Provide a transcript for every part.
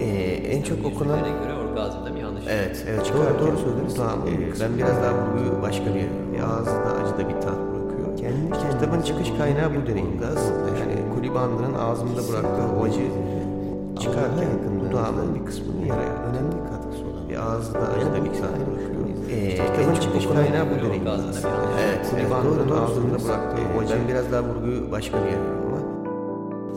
Ee, en çok okunan... Yüzüklere göre orgazm değil mi? Yanlış. Evet, evet Doğru, çıkarken doğru söylediniz. daha Ee, ben biraz daha vurguyu başka bir yere, ağızda acı da bir tat bırakıyor. Kendi kendine Kitabın çıkış kaynağı bu deneyimdi aslında. Yani Kulibandır'ın ağzımda bıraktığı o acı çıkarken dudağımın bir kısmını yaraya. önemli katkısı olan Bir ağızda acı da bir tat bırakıyor. Ee, kitabın en çok çıkış okunan kaynağı bu bölüm deneyimdi aslında. aslında. Evet, Evet, evet doğru, doğru ağzımda söylediniz. bıraktığı o Ee, acı. ben biraz daha vurguyu başka bir yere ama.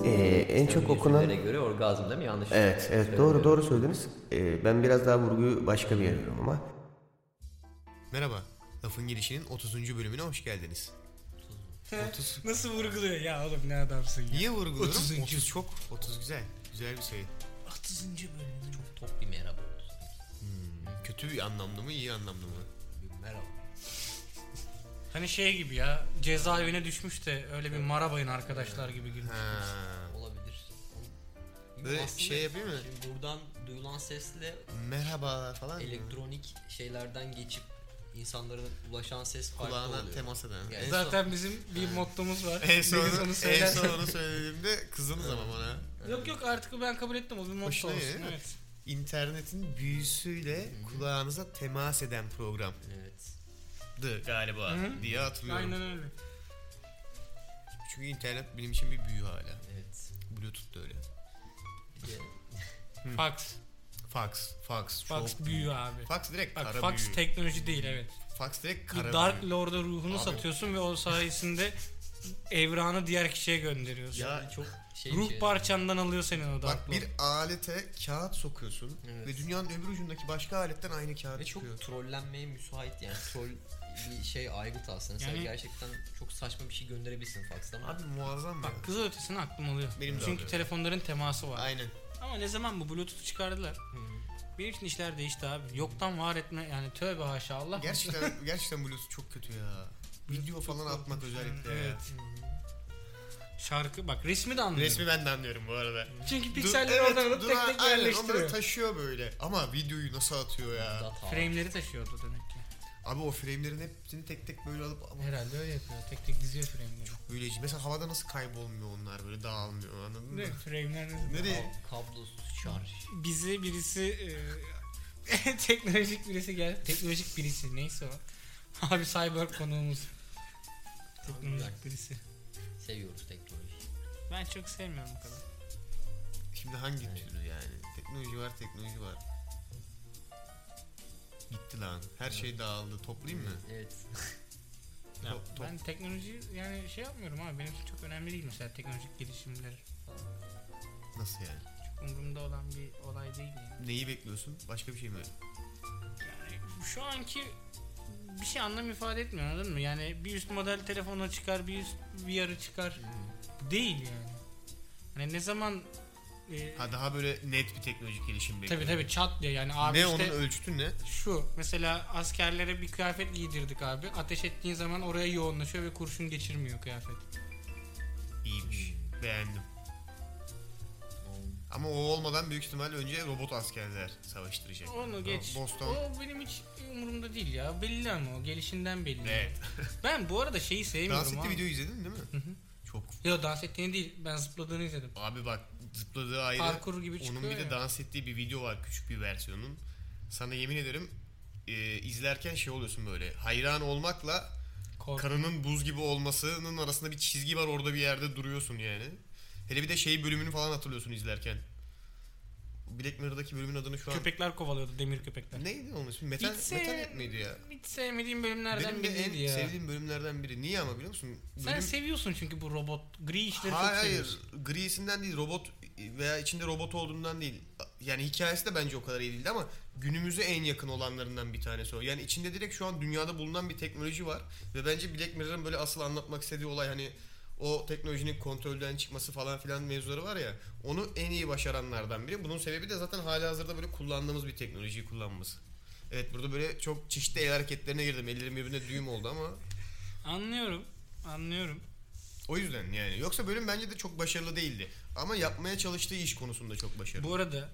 Ee, en çok okunan Yüzüklere göre orgazm değil mi? Yanlış. Evet, evet doğru doğru söylediniz. Ee, ben biraz daha vurguyu başka bir yere veriyorum ama. Merhaba, Lafın Gelişi'nin 30. bölümüne hoş geldiniz. Otuz. Nasıl vurguluyor ya oğlum ne adamsın ya. Niye vurguluyorum? 30. 30 çok, 30 güzel. Güzel bir şey. sayı. 30. bölümde çok Top bir merhaba oldu. Kötü bir anlamda mı, iyi anlamda mı? Merhaba. Hani şey gibi ya cezaevine düşmüş de öyle bir marabayın arkadaşlar gibi girmiş. Ha. Olabilir. Böyle Aslında şey yapayım mı? şimdi Buradan duyulan sesle Merhaba falan. mı? elektronik şeylerden geçip insanlara ulaşan ses farklı Kulağına oluyor. temas eden. Yani en son- Zaten bizim bir mottomuz var. en Bir son, kız onu en söyler. son onu söylediğimde kızdınız ama bana. Yok yok artık ben kabul ettim o bir motto Hoşuna olsun. gidiyor, değil mi? Evet. İnternetin büyüsüyle kulağınıza temas eden programdı Evet. galiba Hı hı. diye hatırlıyorum. Aynen öyle. Çünkü internet benim için bir büyü hala. Evet. Bluetooth da öyle. Bir de Fax. Fax, fax, Fax çok büyü abi. Fax direkt Bak kara fax büyü. teknoloji değil evet. fax direkt Bir kara Dark büyü. Lord'a ruhunu Abi. satıyorsun ve o sayesinde evranı diğer kişiye gönderiyorsun. Ya çok şey bir Ruh şey. parçandan alıyor senin o Dark bak Lord. bir alete kağıt sokuyorsun Evet. ve dünyanın öbür ucundaki başka aletten aynı kağıt Ve çıkıyor. çok trollenmeye müsait yani troll bir şey aygıt aslında. Sen Yani- gerçekten çok saçma bir şey gönderebilirsin fax'tan ama Abi muazzam ya. Bak kızıl ötesini aklım alıyor. Benim de Çünkü alıyor. telefonların teması var. Aynen. Ama ne zaman bu Bluetooth'u çıkardılar? Hmm, Benim için işler değişti abi. Yoktan var etme yani tövbe haşa Allah. Gerçekten gerçekten Bluetooth çok kötü ya. Video falan atmak özellikle. ya. Evet. Şarkı bak resmi de anlıyorum. Resmi ben de anlıyorum bu arada. Çünkü Dur- pikselleri evet, oradan alıp dur- tek tek aynen, yerleştiriyor. Onları taşıyor böyle. Ama videoyu nasıl atıyor ya? data Frame'leri taşıyordu demek ki. Abi o frame'lerin hepsini tek tek böyle alıp ama Herhalde öyle yapıyor. Tek tek diziyor frame'leri. böylece. Mesela havada nasıl kaybolmuyor onlar böyle dağılmıyor anladın mı? Ne frame'ler ne? Nereye? Kab- kablosuz şarj. Bizi birisi e, teknolojik birisi gel. Teknolojik birisi neyse o. Abi cyber konuğumuz. teknolojik birisi. Seviyoruz teknolojiyi. Ben çok sevmiyorum bu kadar. Şimdi hangi Evet. türlü yani? Teknoloji var, teknoloji var. Gitti lan. Her şey dağıldı. Toplayayım mı? Evet. Ya, Top- top. Ben teknoloji yani şey yapmıyorum abi benim için çok önemli değil mesela teknolojik gelişimler. Nasıl yani? Çok umurumda olan bir olay değil yani. Neyi bekliyorsun? Başka bir şey mi? Yani şu anki bir şey anlam ifade etmiyor anladın mı? Yani bir üst model telefona çıkar, bir üst VR'ı çıkar. Bu Değil yani. Hani ne zaman e, Ha daha böyle net bir teknolojik gelişim tabi bekliyorum. tabi çat diye yani abi ne işte onun ölçütü ne? şu mesela askerlere bir kıyafet giydirdik abi. Ateş ettiğin zaman oraya yoğunlaşıyor ve kurşun geçirmiyor kıyafet. İyiymiş. Hmm. Beğendim. Ama o olmadan büyük ihtimalle önce robot askerler savaştıracak. Onu geç. Boston. O benim hiç umurumda değil ya. Belli ama o gelişinden belli. Evet. Ben bu arada şeyi sevmiyorum Dans etti abi. videoyu izledin değil mi? Çok. Yo dans ettiğini değil. Ben zıpladığını izledim. Abi bak zıpladığı ayrı. Parkur gibi çıkıyor Onun bir de ya. dans ettiği bir video var küçük bir versiyonun. Sana yemin ederim e, izlerken şey oluyorsun böyle. Hayran olmakla Kork. karının buz gibi olmasının arasında bir çizgi var orada bir yerde duruyorsun yani. Hele bir de şey bölümünü falan hatırlıyorsun izlerken. Black Mirror'daki bölümün adını şu an... köpekler kovalıyordu demir köpekler. Neydi onun ismi? Metal, It's a- metal Net miydi ya? Hiç sevmediğim bölümlerden Benim de en biriydi ya. sevdiğim bölümlerden biri. Niye ama biliyor musun? Sen Bölüm- seviyorsun çünkü bu robot gri işleri hayır, çok hayır. seviyorsun. Grisinden değil robot veya içinde robot olduğundan değil. Yani hikayesi de bence o kadar iyi değildi ama günümüze en yakın olanlarından bir tanesi o. Yani içinde direkt şu an dünyada bulunan bir teknoloji var. Ve bence Black Mirror'ın böyle asıl anlatmak istediği olay hani o teknolojinin kontrolden çıkması falan filan mevzuları var ya. Onu en iyi başaranlardan biri. Bunun sebebi de zaten hala hazırda böyle kullandığımız bir teknolojiyi kullanması. Evet burada böyle çok çeşitli el hareketlerine girdim. Ellerim birbirine düğüm oldu ama Anlıyorum. Anlıyorum. o yüzden yani. Yoksa bölüm bence de çok başarılı değildi. Ama yapmaya çalıştığı iş konusunda çok başarılı. Bu arada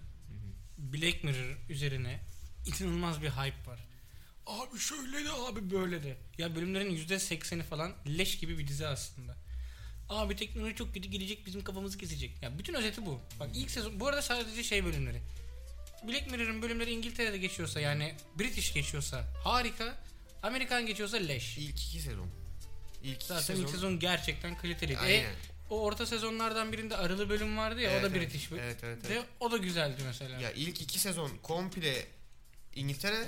Black Mirror üzerine inanılmaz bir hype var. Abi şöyle de abi böyle de. Ya bölümlerin %80'i falan leş gibi bir dizi aslında. Abi teknoloji çok kötü gelecek bizim kafamızı kesecek. Ya bütün özeti bu. Bak ilk sezon bu arada sadece şey bölümleri. Black Mirror'ın bölümleri İngiltere'de geçiyorsa yani British geçiyorsa harika. Amerikan geçiyorsa leş. İlk iki sezon. İlk iki Zaten sezon. ilk sezon gerçekten kaliteliydi. Aynen. E, o orta sezonlardan birinde aralı bölüm vardı ya Evet, E, o da evet. British bölüm. Evet, evet, Ve evet. o da güzeldi mesela. Ya ilk iki sezon komple İngiltere,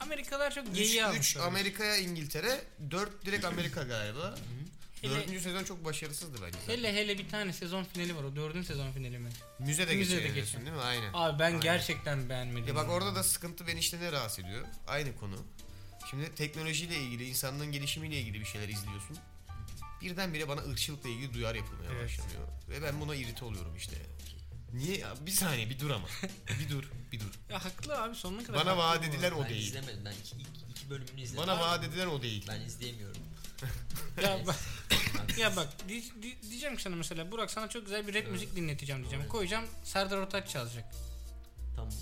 Amerikalar çok geyiği 3 almışlar. Amerika'ya İngiltere, 4 direkt Amerika galiba. Hele- Dördüncü sezon çok başarısızdı bence. Hele hele bir tane sezon finali var o dördüncü sezon finali mi? Müzede Müzede geçiyor diyorsun geçen. değil mi? Aynen. Abi ben Aynen. gerçekten beğenmedim. Ya E bak orada da sıkıntı beni işte ne rahatsız ediyor? Aynı konu. Şimdi teknolojiyle ilgili, insanlığın gelişimiyle ilgili bir şeyler izliyorsun. Birdenbire bana ırkçılıkla ilgili duyar yapılmaya Evet. başlanıyor. Ve ben buna irite oluyorum işte. Niye? ya? Bir saniye bir dur ama. bir dur, bir dur. Ya haklı abi sonuna kadar. Bana haklı vaat bu arada. edilen o Ben değil. izlemedim. Ben iki, iki, iki bölümünü izledim. Bana vaat edilen o değil. Ben izleyemiyorum. Ya bak, ya bak di- di- diyeceğim ki sana mesela Burak sana çok güzel bir rap müzik dinleteceğim diyeceğim. Koyacağım Serdar Ortaç çalacak. Tamam.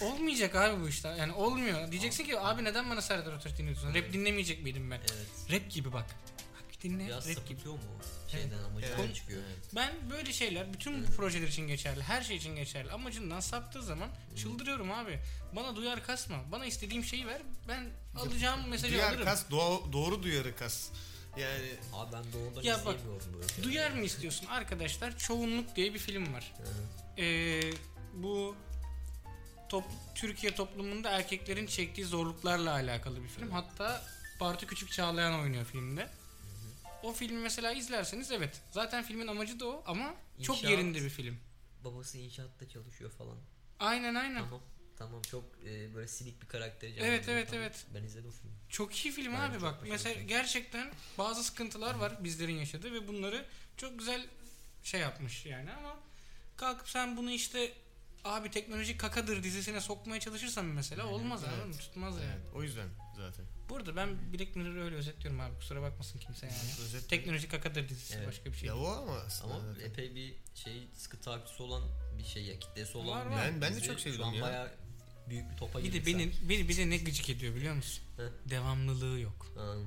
Olmayacak abi bu işte. Yani olmuyor. Diyeceksin ki abi neden bana Serdar Ortaç dinliyorsun? Rap dinlemeyecek miydim ben? Evet. Rap gibi bak. Bak bir dinle Biraz rap gibi. sapıtıyor mu? o Şeyden amacından Evet. çıkıyor. Ben böyle şeyler bütün bu projeler için geçerli. Her şey için geçerli. Amacından saptığı zaman çıldırıyorum abi. Bana duyar kasma. Bana istediğim şeyi ver. Ben alacağım mesajı Duyar alırım. kas, doğa- doğru duyarı kas. Yani Abi ben doğrudan Ya bak, izleyemiyorum böyle şeyleri. Duyar mı istiyorsun arkadaşlar? Çoğunluk diye bir film var. Hı hı. Ee, bu top, Türkiye toplumunda erkeklerin çektiği zorluklarla alakalı bir film. Hatta Bartu Küçük Çağlayan oynuyor filmde. O filmi mesela izlerseniz evet. Zaten filmin amacı da o ama çok İnşaat. yerinde bir film. Babası inşaatta çalışıyor falan. Aynen aynen. Tamam. Tamam çok e, böyle silik bir karakteri Evet, canlandırıyor. evet, Tamam. evet. Ben izledim filmi. Çok iyi film Bence abi çok bak. başarılı Mesela film. gerçekten bazı sıkıntılar var bizlerin yaşadığı ve bunları çok güzel şey yapmış yani ama kalkıp sen bunu işte abi teknoloji kakadır dizisine sokmaya çalışırsan mesela olmaz evet. abi tutmaz yani. evet, o yüzden zaten. Burada ben Black Mirror'ı öyle özetliyorum abi kusura bakmasın kimse yani. Özet teknoloji kakadır dizisi Evet. başka bir şey. Ya o ama aslında. Ama zaten. epey bir şey sıkı takipçisi olan bir şey ya kitlesi olan. Var, bir- var. Ben- ben de bizi çok Şu seviyorum an ya. bayağı büyük bir topa bir girdik de beni, beni bir de ne gıcık ediyor biliyor musun? Heh. Devamlılığı yok. sen. Hı.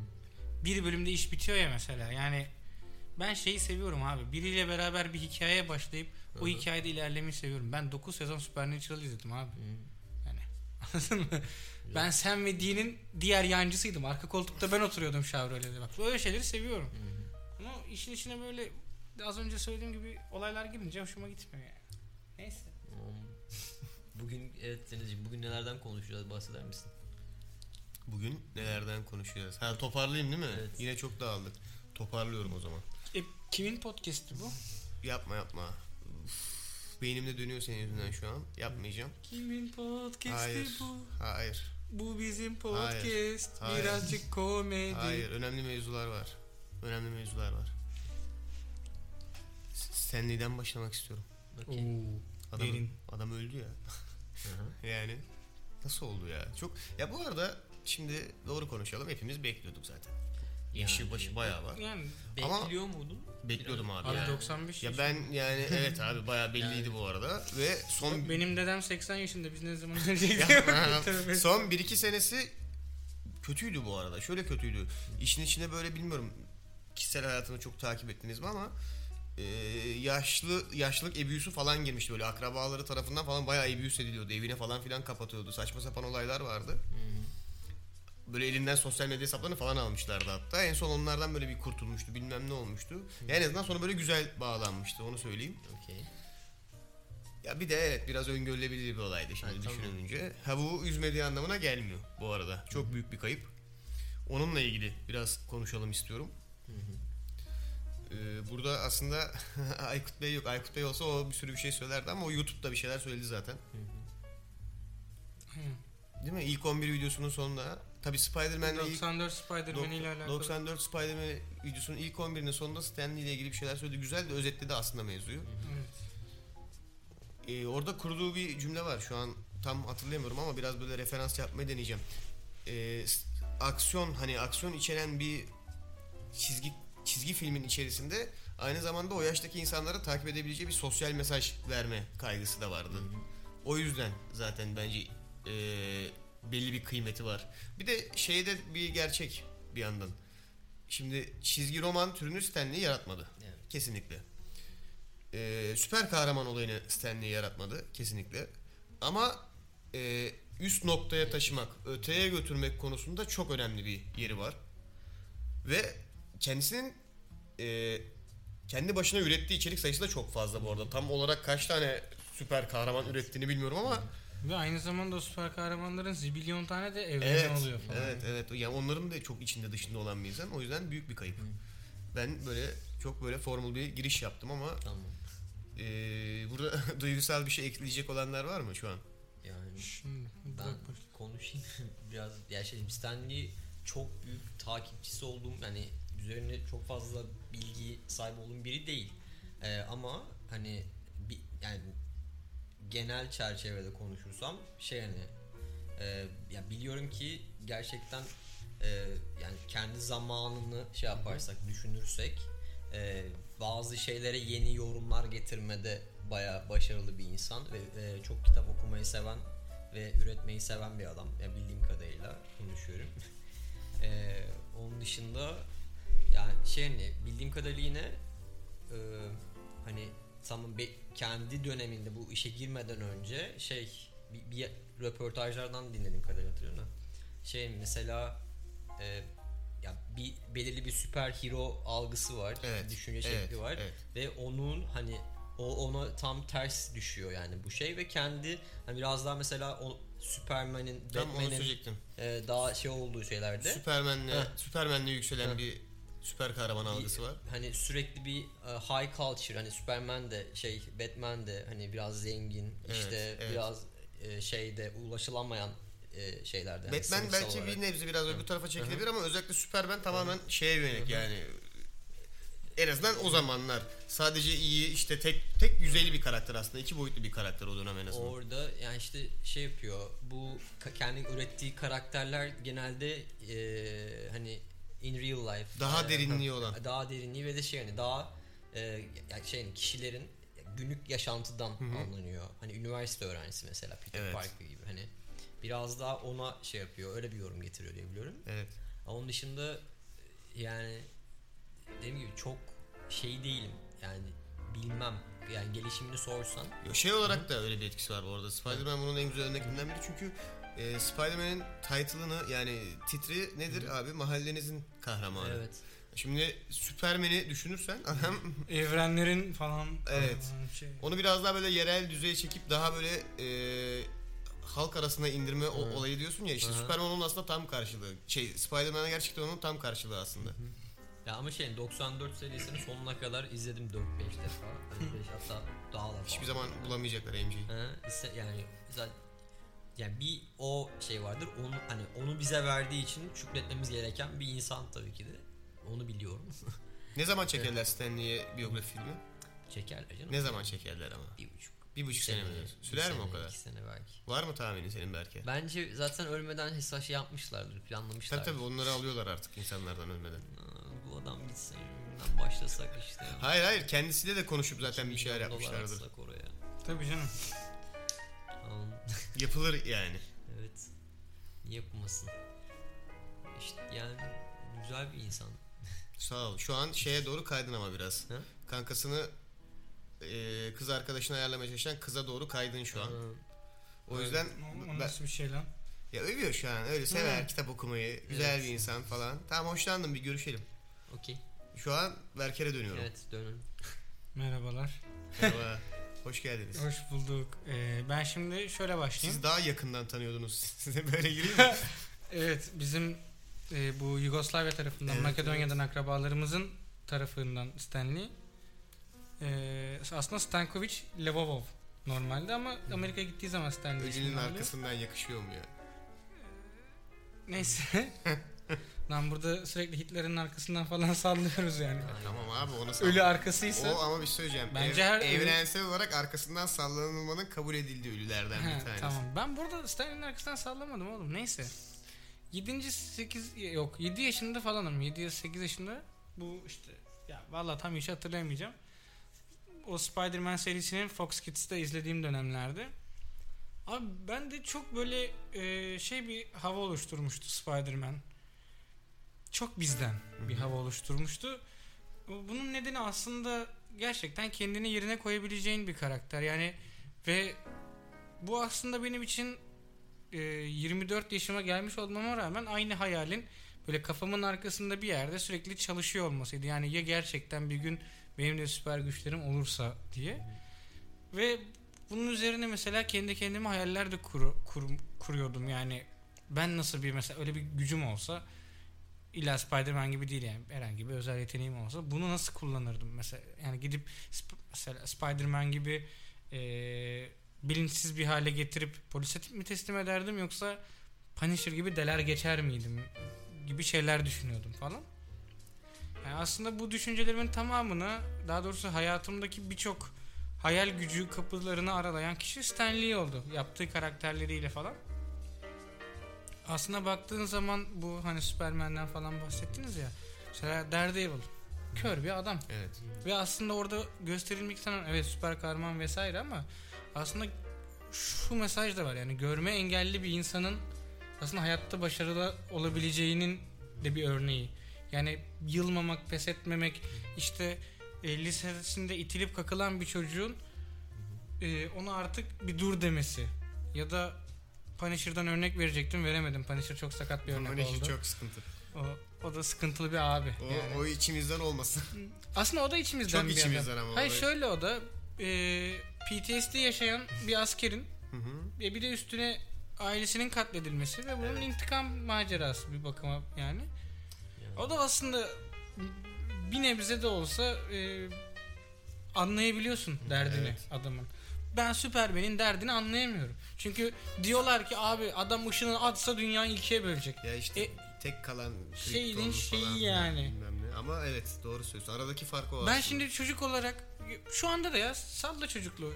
bir bölümde iş bitiyor ya mesela. Yani ben şeyi seviyorum abi. Biriyle beraber bir hikayeye başlayıp o Hı. hikayede ilerlemeyi seviyorum. Ben 9 sezon Supernatural izledim abi. Yani anladın mı? Ben sen ve Dee'nin diğer yancısıydım. Arka koltukta ben oturuyordum Chevrolet'de. Bak böyle şeyleri seviyorum. Ama işin içine böyle az önce söylediğim gibi olaylar girince hoşuma gitmiyor yani. Neyse. Hmm. Bugün evet Denizciğim bugün nelerden konuşacağız bahseder misin? Bugün nelerden konuşacağız? Ha toparlayayım değil mi? Evet. Yine çok dağıldık. Toparlıyorum o zaman. E, kimin podcast'i bu? Yapma yapma. Uf, beynimde dönüyor senin yüzünden şu an. Yapmayacağım. Kimin podcast'i Hayır. bu? Hayır. Bu bizim podcast. Hayır. Hayır. Birazcık komedi. Hayır. Önemli mevzular var. Önemli mevzular var. S- Stanley'den başlamak istiyorum. Okey. Adam, Derin. adam öldü ya. Hı hı. Yani nasıl oldu ya? Çok ya bu arada şimdi doğru konuşalım. Hepimiz bekliyorduk zaten. Yaşı Yani. başı bayağı var. Yani Ama- Bekliyor muydun? Bekliyordum abi. abi yani. 95 Ya yaş- ben yani evet abi bayağı belliydi Yani. bu arada ve son benim dedem 80 yaşında biz ne zaman öleceğiz? Ya, Tövbe. son 1-2 senesi kötüydü bu arada. Şöyle kötüydü. İşin içine böyle bilmiyorum kişisel hayatını çok takip ettiniz mi ama e, yaşlı yaşlılık ebüsü falan girmişti böyle akrabaları tarafından falan bayağı ebüs ediliyordu. Evine falan filan kapatıyordu. Saçma sapan olaylar vardı. Böyle elinden sosyal medya hesaplarını falan almışlardı hatta. En son onlardan böyle bir kurtulmuştu. Bilmem ne olmuştu. Yani en azından sonra böyle güzel bağlanmıştı onu söyleyeyim. Okey. Ya bir de evet biraz öngörülebilir bir olaydı şimdi Ha, tamam. düşününce. Ha bu üzmediği anlamına gelmiyor bu arada. Çok büyük bir kayıp. Onunla ilgili biraz konuşalım istiyorum. Ee, burada aslında Aykut Bey yok. Aykut Bey olsa o bir sürü bir şey söylerdi ama o YouTube'da bir şeyler söyledi zaten. Değil mi? İlk 11 videosunun sonunda. Tabi Spider-Man'le ilk... 94 Spider-Man ile Dok- alakalı. 94 Spider-Man videosunun ilk 11'inin sonunda Stanley ile ilgili bir şeyler söyledi. Güzel de özetledi aslında mevzuyu. Evet. Ee, orada kurduğu bir cümle var. Şu an tam hatırlayamıyorum ama biraz böyle referans yapmayı deneyeceğim. Ee, s- aksiyon hani aksiyon içeren bir çizgi çizgi filmin içerisinde aynı zamanda o yaştaki insanlara takip edebileceği bir sosyal mesaj verme kaygısı da vardı. O yüzden zaten bence e, belli bir kıymeti var. Bir de şeyde bir gerçek bir yandan. Şimdi çizgi roman türünü Stanley yaratmadı. Evet. Kesinlikle. Ee, süper kahraman olayını Stanley yaratmadı kesinlikle. Ama e, üst noktaya taşımak, öteye götürmek konusunda çok önemli bir yeri var. Ve kendisinin e, kendi başına ürettiği içerik sayısı da çok fazla bu arada. Tam olarak kaç tane süper kahraman ürettiğini bilmiyorum ama Ve aynı zamanda o süper kahramanların zibilyon tane de evreni evet, oluyor falan. evet, evet. Yani onların da çok içinde dışında olan bir insan. O yüzden büyük bir kayıp. Ben böyle çok böyle formül bir giriş yaptım ama Tamam. e, burada duygusal bir şey ekleyecek olanlar var mı şu an? Yani Şimdi ben bak bak. konuşayım biraz. Ya şey Stanley çok büyük takipçisi olduğum yani üzerine çok fazla bilgi sahibi olduğum biri değil. Ee, ama hani bir, yani genel çerçevede konuşursam şey hani e, ya biliyorum ki gerçekten e, yani kendi zamanını şey yaparsak düşünürsek e, bazı şeylere yeni yorumlar getirmede baya başarılı bir insan ve e, çok kitap okumayı seven ve üretmeyi seven bir adam ya bildiğim kadarıyla konuşuyorum. E, onun dışında yani şey hani bildiğim kadarıyla yine e, hani tamam be- kendi döneminde bu işe girmeden önce şey bir, bir röportajlardan dinledim kadarıyla hatırlıyorum. da. Şey mesela e, ya bir belirli bir süper hero algısı var, düşünce şekli var evet. ve onun hani o ona tam ters düşüyor yani bu şey ve kendi hani biraz daha mesela o Superman'in, Tam onu Batman'in söyleyecektim. e, daha şey olduğu şeylerde Süpermen'le, Heh. Süpermen'le yükselen Heh. bir süper kahraman algısı var. hani sürekli bir e, high culture hani Superman de şey Batman de hani biraz zengin Evet, işte evet. biraz e, şeyde ulaşılamayan e, şeylerde. yani Batman sınıfsal belki olarak. bir nebze biraz öbür tarafa çekilebilir ama özellikle Superman tamamen şeye yönelik yani. En azından o zamanlar sadece iyi işte tek tek yüzeyli bir karakter aslında. iki boyutlu bir karakter o dönem en azından. Orada yani işte şey yapıyor. Bu ka- kendi ürettiği karakterler genelde e, hani in real life Daha e, derinliği olan. daha derinliği ve de şey hani daha e, ya- şey kişilerin günlük yaşantıdan anlanıyor. Hani üniversite öğrencisi mesela Peter Evet. Parker gibi hani biraz daha ona şey yapıyor. Öyle bir yorum getiriyor diye biliyorum. Evet. Ama onun dışında e, yani dediğim gibi çok şey değilim. Yani bilmem. Yani gelişimini sorsan Şey olarak da öyle bir etkisi var bu arada. Spider-Man bunun en güzel örneklerinden biri çünkü e, Spider-Man'in title'ını yani titri nedir abi? Mahallenizin kahramanı. evet. Şimdi Superman'i düşünürsen adam Evrenlerin falan. Evet. falan Şey. Onu biraz daha böyle yerel düzeye çekip daha böyle e, halk arasında indirme o- olayı diyorsun ya işte Hı hı. Superman onun aslında tam karşılığı. Şey Spider-Man gerçekten onun tam karşılığı aslında. Ya ama şey 94 serisini sonuna kadar izledim 4-5 defa. Hani beş hatta daha da fazla. Hiçbir zaman bulamayacaklar MJ'yi. Ha, Ee, ise- yani zaten yani bir o şey vardır. Onu hani onu bize verdiği için şükretmemiz gereken bir insan tabii ki de. Onu biliyorum. Ne zaman çekerler Stanley'e biyografi filmi? Çekerler canım. Ne zaman çekerler ama? Bir buçuk. Bir buçuk sene mi? bir Sürer mi sene, o kadar? İki sene belki. Var mı tahminin senin belki? Bence zaten ölmeden hesap şey yapmışlardır, Tabii planlamışlardır. tabii onları alıyorlar artık insanlardan ölmeden. Aa, bu adam gitsin, buradan başlasak işte. Hayır hayır kendisiyle de konuşup zaten bir şeyler Milyon dolar yapmışlardır. atsak oraya. Tabii canım. Tamam. Yapılır yani. Evet. Niye yapmasın? İşte yani güzel bir insan. Sağ ol. Şu an şeye doğru kaydın ama biraz. Ha? Kankasını e, kız arkadaşını ayarlamaya çalışan kıza doğru kaydın şu an. O yüzden O, o ben, nasıl bir şey lan? ya övüyor şu an. Öyle sever Hı. kitap okumayı. Güzel Evet. bir insan falan. Tamam hoşlandım bir görüşelim. Okey. Şu an Berker'e dönüyorum. Evet dönün. Merhabalar. Merhaba. Hoş geldiniz. Hoş bulduk. Ee, ben şimdi şöyle başlayayım. Siz daha yakından tanıyordunuz. Size böyle gireyim mi? Evet bizim e, bu Yugoslavya tarafından Evet, Makedonya'dan akrabalarımızın tarafından Stanley. E, aslında Stankovic Levovov normalde ama Amerika'ya gittiği zaman Stanley Ödülün ismini alıyor. arkasından yakışıyor mu ya? Neyse. Lan burada sürekli Hitler'in arkasından falan sallıyoruz yani. Aynen. Tamam abi ona sal- Ölü arkasıysa. O ama bir şey söyleyeceğim. Bence Ev- her- evrensel olarak arkasından sallanılmanın kabul edildiği ölülerden He, bir tanesi. tamam. Ben burada Stalin'in arkasından sallamadım oğlum. Neyse. 7. 8 yok 7 yaşında falanım. 7 ya 8 yaşında bu işte ya vallahi tam işi hatırlayamayacağım. O Spider-Man serisinin Fox Kids'te izlediğim dönemlerde. Abi ben de çok böyle e, şey bir hava oluşturmuştu Spider-Man. Çok bizden bir hava oluşturmuştu. Bunun nedeni aslında gerçekten kendini yerine koyabileceğin bir karakter. Yani ve bu aslında benim için e, 24 yaşıma gelmiş olmama rağmen aynı hayalin böyle kafamın arkasında bir yerde sürekli çalışıyor olmasıydı. Yani ya gerçekten bir gün benim de süper güçlerim olursa diye. Ve bunun üzerine mesela kendi kendime hayaller de kuru, kur- kuruyordum yani. Ben nasıl bir mesela öyle bir gücüm olsa illa Spider-Man gibi değil yani herhangi bir özel yeteneğim olsa bunu nasıl kullanırdım mesela yani gidip sp- mesela Spider-Man gibi e, eee, bilinçsiz bir hale getirip polise t- mi teslim ederdim yoksa Punisher gibi deler geçer miydim gibi şeyler düşünüyordum falan. Yani aslında bu düşüncelerimin tamamını daha doğrusu hayatımdaki birçok hayal gücü kapılarını aralayan kişi Stan Lee oldu. Yaptığı karakterleriyle falan. Aslında baktığın zaman bu hani Superman'den falan bahsettiniz ya. Mesela Daredevil. Kör bir adam. Evet. Ve aslında orada gösterilmek istenen evet süper kahraman vesaire ama aslında şu mesaj da var yani görme engelli bir insanın aslında hayatta başarılı olabileceğinin de bir örneği. Yani yılmamak, pes etmemek, işte e, lisesinde itilip kakılan bir çocuğun e, ona artık bir dur demesi ya da Punisher'dan örnek verecektim veremedim. Punisher çok sakat bir örnek Bunun işi oldu. çok sıkıntı. O, o da sıkıntılı bir abi. O, yani. o içimizden olmasın. Aslında o da içimizden Çok bir içimizden adam. ama Hayır olay. şöyle o da e, PTSD yaşayan bir askerin Hı hı. ve bir de üstüne ailesinin katledilmesi ve bunun Evet. intikam macerası bir bakıma yani. O da aslında bir nebze de olsa e, anlayabiliyorsun derdini Evet. adamın. Ben Superman'in derdini anlayamıyorum. Çünkü diyorlar ki abi adam ışını atsa dünyayı ikiye bölecek. Ya işte E, tek kalan şeyin Kryptonlu şeyi falan filan yani. bilmem ne. Ama evet doğru söylüyorsun. Aradaki fark o aslında. Ben şimdi çocuk olarak şu anda da ya salla çocukluğu.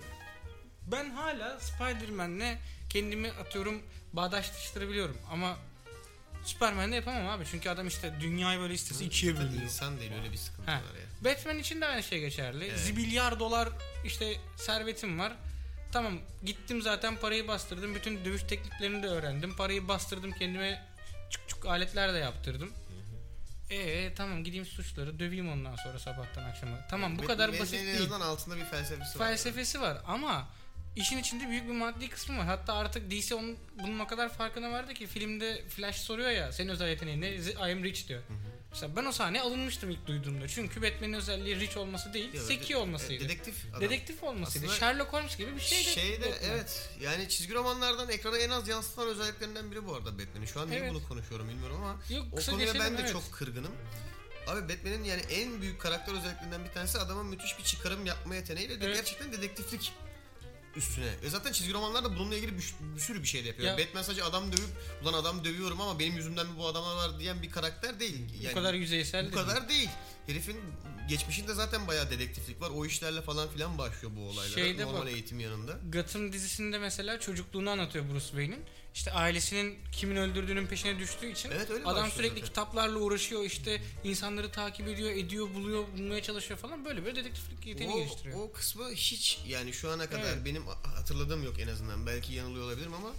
Ben hala Spider-Man'le kendimi atıyorum bağdaştırabiliyorum ama Superman'le yapamam abi çünkü adam işte dünyayı böyle istese ikiye Tabii bölüyor. insan değil öyle bir sıkıntı Ha. var ya. Batman için de aynı şey geçerli. Evet. Zibilyar dolar işte servetim var. Tamam gittim zaten parayı bastırdım. Bütün dövüş tekniklerini de öğrendim. Parayı bastırdım kendime çuk çuk aletler de yaptırdım. Ee tamam gideyim suçları döveyim ondan sonra sabahtan akşama. Tamam bu Ve- kadar ve- basit en değil. azından altında bir felsefesi var. Felsefesi var ama işin içinde büyük bir maddi kısmı var. Hatta artık DC onun, bunun o kadar farkına vardı ki filmde Flash soruyor ya senin özel yeteneğin ne? I am rich diyor. Mesela ben o sahneye alınmıştım ilk duyduğumda. Çünkü Batman'in özelliği rich olması değil, Ya, zeki de- olmasıydı. e, Dedektif adam. Dedektif olmasıydı. Aslında- Sherlock Holmes gibi bir şeydi. Şeyde Batman. evet yani çizgi romanlardan ekrana en az yansıtılan özelliklerinden biri bu arada Batman'in. Şu an niye Evet. bunu konuşuyorum bilmiyorum ama Yok, şey o kısa konuya geçelim, ben de evet. çok kırgınım. Abi Batman'in yani en büyük karakter özelliklerinden bir tanesi adamın müthiş bir çıkarım yapma yeteneğiyle de Evet. gerçekten dedektiflik üstüne. Ve zaten çizgi romanlarda bununla ilgili bir, bir sürü bir şey de yapıyor. Ya- Batman sadece adam dövüp ulan adam dövüyorum ama benim yüzümden mi bu adama var diyen bir karakter değil. Bu Yani kadar yüzeysel bu değil. kadar değil. Herifin geçmişinde zaten bayağı dedektiflik var. O işlerle falan filan başlıyor bu olaylara. Şeyde Normal bak. eğitim yanında. Gotham dizisinde mesela çocukluğunu anlatıyor Bruce Wayne'in. İşte ailesinin kimin öldürdüğünün peşine düştüğü için Evet, öyle adam başlıyor sürekli zaten. kitaplarla uğraşıyor işte insanları takip ediyor, ediyor, buluyor, bulmaya çalışıyor falan böyle böyle dedektiflik yeteneği geliştiriyor. o, o kısmı hiç yani şu ana kadar Evet. benim a- hatırladığım yok en azından. Belki yanılıyor olabilirim ama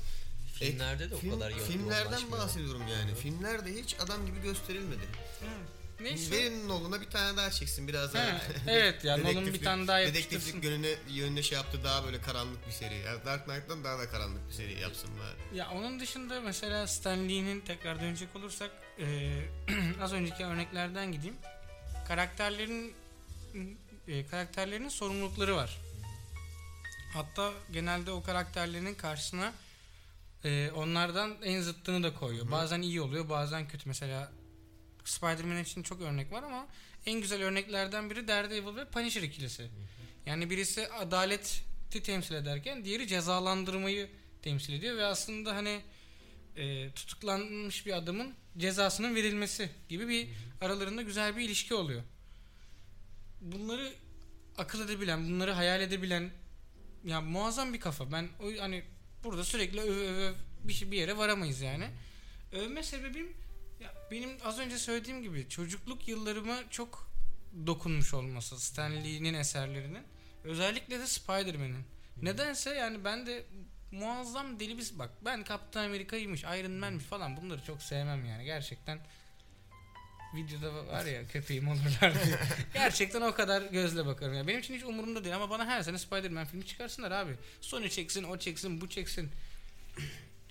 Filmlerde de o film- kadar yo- filmlerden yoğunlaşmıyor. bahsediyorum yani. Filmlerde hiç adam gibi gösterilmedi. Neyse. Verin Nolan'a bir tane daha çeksin biraz He, daha. evet ya Nolan bir Dedektiflik- tane daha Dedektiflik yapıştırsın. yönüne, yönüne şey yaptı daha böyle karanlık bir seri. Yani Dark Knight'tan daha da karanlık bir seri yapsın bari. Ya onun dışında mesela Stan Lee'nin tekrar dönecek olursak eee, az önceki örneklerden gideyim. Karakterlerin eee, karakterlerinin sorumlulukları var. Hatta genelde o karakterlerin karşısına eee, onlardan en zıttını da koyuyor. Bazen iyi oluyor, bazen kötü. Mesela Spider-Man için çok örnek var ama en güzel örneklerden biri Daredevil ve Punisher ikilisi. Yani birisi adaleti temsil ederken diğeri cezalandırmayı temsil ediyor ve aslında hani e, tutuklanmış bir adamın cezasının verilmesi gibi bir aralarında güzel bir ilişki oluyor. Bunları akıl edebilen, bunları hayal edebilen ya muazzam bir kafa. Ben o hani burada sürekli öv öv öv bir, şey- bir yere varamayız yani. Övme sebebim ya benim az önce söylediğim gibi çocukluk yıllarıma çok dokunmuş olması Stan Lee'nin eserlerinin. Özellikle de Spider-Man'in. Nedense yani ben de muazzam deli bir bak ben Kaptan Amerika'ymış, Iron Man'miş falan bunları çok sevmem yani gerçekten. Videoda var ya köpeğim olurlar diye. Gerçekten o kadar gözle bakarım. ya benim için hiç umurumda değil ama bana her sene Spider-Man filmi çıkarsınlar abi. Sony çeksin, o çeksin, bu çeksin.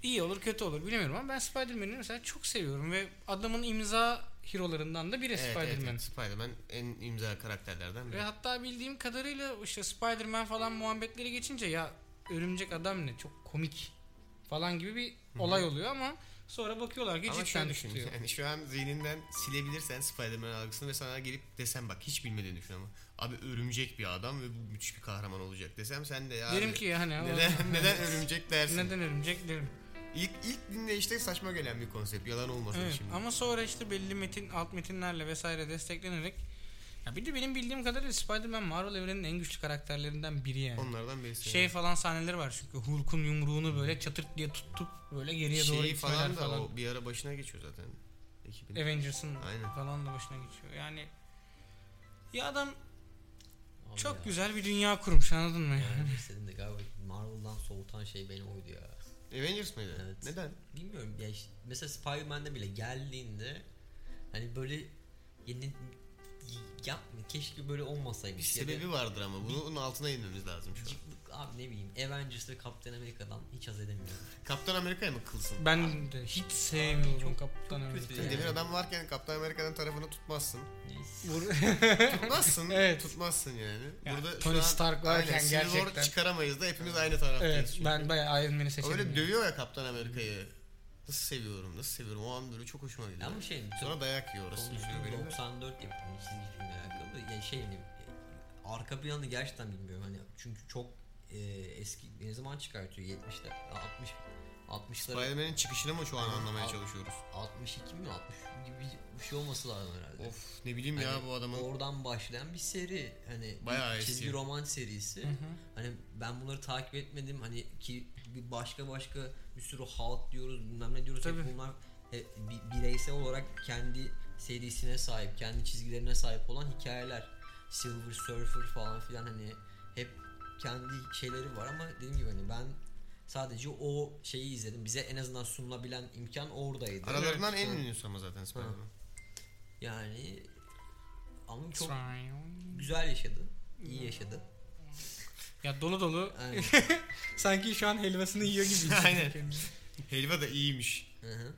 iyi olur kötü olur bilemiyorum ama ben Spider-Man'i mesela çok seviyorum ve adamın imza hero'larından da biri Spider-Man. Evet, evet. Spider-Man en imza karakterlerden biri. Ve hatta bildiğim kadarıyla işte Spider-Man falan muhabbetleri geçince ya örümcek adam ne çok komik falan gibi bir olay oluyor ama sonra bakıyorlar ki Ama cidden şöyle düşün. tutuyor. Yani şu an zihninden silebilirsen Spider-Man algısını ve sana gelip desem bak hiç bilmediğini düşün ama. Abi örümcek bir adam ve bu müthiş bir kahraman olacak desem sen de ya. Derim ki hani Neden, neden örümcek dersin? neden örümcek derim. İlk, ilk dinleyişte saçma gelen bir konsept. Yalan olmasın Evet, şimdi. ama sonra işte belli metin alt metinlerle vesaire desteklenerek ya bir de benim bildiğim kadarıyla Spider-Man Marvel evreninin en güçlü karakterlerinden biri yani. Onlardan birisi. şey falan sahneleri var çünkü Hulk'un yumruğunu böyle çatırt diye tuttup böyle geriye doğru Şeyi itmeler Şey falan da falan. o bir ara başına geçiyor zaten. Ekibin. Avengers'ın Aynen. falan da başına geçiyor. Yani ya adam Abi çok ya. güzel bir dünya kurmuş anladın mı? Yani istedim de galiba Marvel'dan soğutan şey beni oydu ya. Avengers mıydı? Evet. Neden? Bilmiyorum ya işte mesela Spider-Man'de bile geldiğinde hani böyle yeni yapma keşke böyle Bir olmasaymış. ya da- sebebi vardır ama bunun altına inmemiz lazım şu an. Cıklık, Abi ne bileyim Avengers ve Kaptan Amerika'dan hiç haz edemiyorum. Kaptan Amerika'ya mı kılsın? Ben de hiç sevmiyorum çok- Kaptan çok Amerika. kötü ya. Demir adam varken Kaptan Amerika'nın tarafını tutmazsın. Neyse. Vur- Tutmazsın. Evet. Tutmazsın yani. Ya, Burada Tony şu an, Stark varken aynen, Civil War gerçekten- çıkaramayız da hepimiz aynı taraftayız. evet çünkü. ben bayağı şey. Iron Man'i O seçerim. Öyle yani. dövüyor ya Kaptan Amerika'yı. Nasıl seviyorum, nasıl seviyorum. O an böyle çok hoşuma gidiyor. Ama şey Sonra dayak yiyor orası. Sonuçta Üzüyor beni de. 94 yapımı çizgi filmle alakalı. Yani şey hani arka planı gerçekten bilmiyorum hani çünkü çok e, eski ne zaman çıkartıyor 70'ler 60 60'lara Spider-Man'in çıkışını mı şu an anlamaya Al- çalışıyoruz? 62 mi 60 gibi bir- bir şey olması lazım herhalde. Of ne bileyim ya Hani bu adamın. Oradan başlayan bir seri hani bir Bayağı çizgi eski. roman serisi. Hı hı. Hani ben bunları takip etmedim hani ki bir başka başka bir sürü halk diyoruz bilmem ne diyoruz Tabii. hep bunlar e, bi- bireysel olarak kendi serisine sahip kendi çizgilerine sahip olan hikayeler Silver Surfer falan filan hani hep kendi şeyleri var ama dediğim gibi hani ben sadece o şeyi izledim bize en azından sunulabilen imkan oradaydı Aralarından en Evet. ünlüsü ama zaten Spider-Man. yani ama çok Triumph. güzel yaşadı iyi yaşadı Ya dolu dolu Aynen. sanki şu an helvasını yiyor gibi. hissediyor Aynen. kendini. Helva da iyiymiş. Hı hı.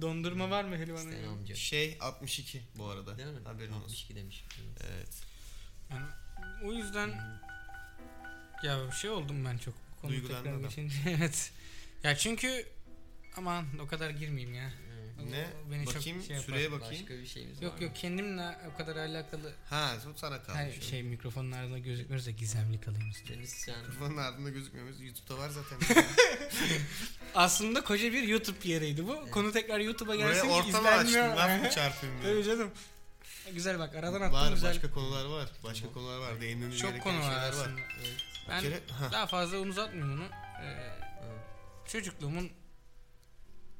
Dondurma var mı helvanın? İsteyen yanında? amca. Şey 62 bu arada. Değil mi? Haberin olsun. 62 demiş. Evet. Yani o yüzden ya şey oldum ben çok bu konu Duygulandın tekrar adam. geçince evet. Ya çünkü aman o kadar girmeyeyim ya. O- Ne? o beni çok bakayım şey yapar. süreye bakayım. Başka bir şeyimiz var Yok mı? yok kendimle o kadar alakalı Ha bu sana kalmış. her şey mikrofonun ardında gözükmüyoruz da gizemli kalayım istiyorum. Deniz sen Mikrofonun ardında gözükmemiz YouTube'da var zaten. Aslında koca bir YouTube yeriydi bu. Konu tekrar YouTube'a Buraya gelsin ki ortam açtım. izlenmiyor. Laf mı çarpayım diye. Tabii canım. Güzel bak aradan Var attım güzel. başka konular var. Başka konular var. Değinmemiz Çok gereken konu var şeyler aslında. var. Ben Kere- Ha, daha fazla uzatmayayım bunu. Ee, çocukluğumun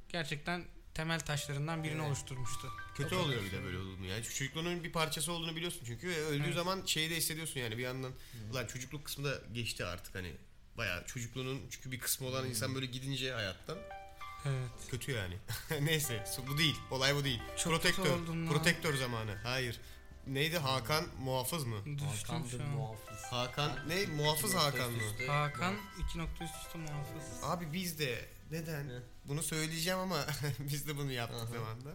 gerçekten temel taşlarından birini Evet. oluşturmuştu. kötü Çok oluyor bir de böyle olduğunu. Yani Çünkü çocukluğunun bir parçası olduğunu biliyorsun çünkü ve öldüğü Evet. zaman şeyi de hissediyorsun yani bir yandan. Ulan çocukluk kısmı da geçti artık hani. Bayağı çocukluğunun çünkü bir kısmı Hmm. olan insan böyle gidince hayattan Evet. kötü yani. Neyse su- bu değil. Olay bu değil. Çok Protektör. kötü oldum lan. Protektör zamanı. Hayır. Neydi Hakan muhafız mı? Düştüm Hakan'dır şu an. muhafız. Hakan ne muhafız Hakan mı? Hakan 2 nokta üst üste muhafız. Abi biz de neden Ne? bunu söyleyeceğim ama biz de bunu yaptık Aha. zamanında.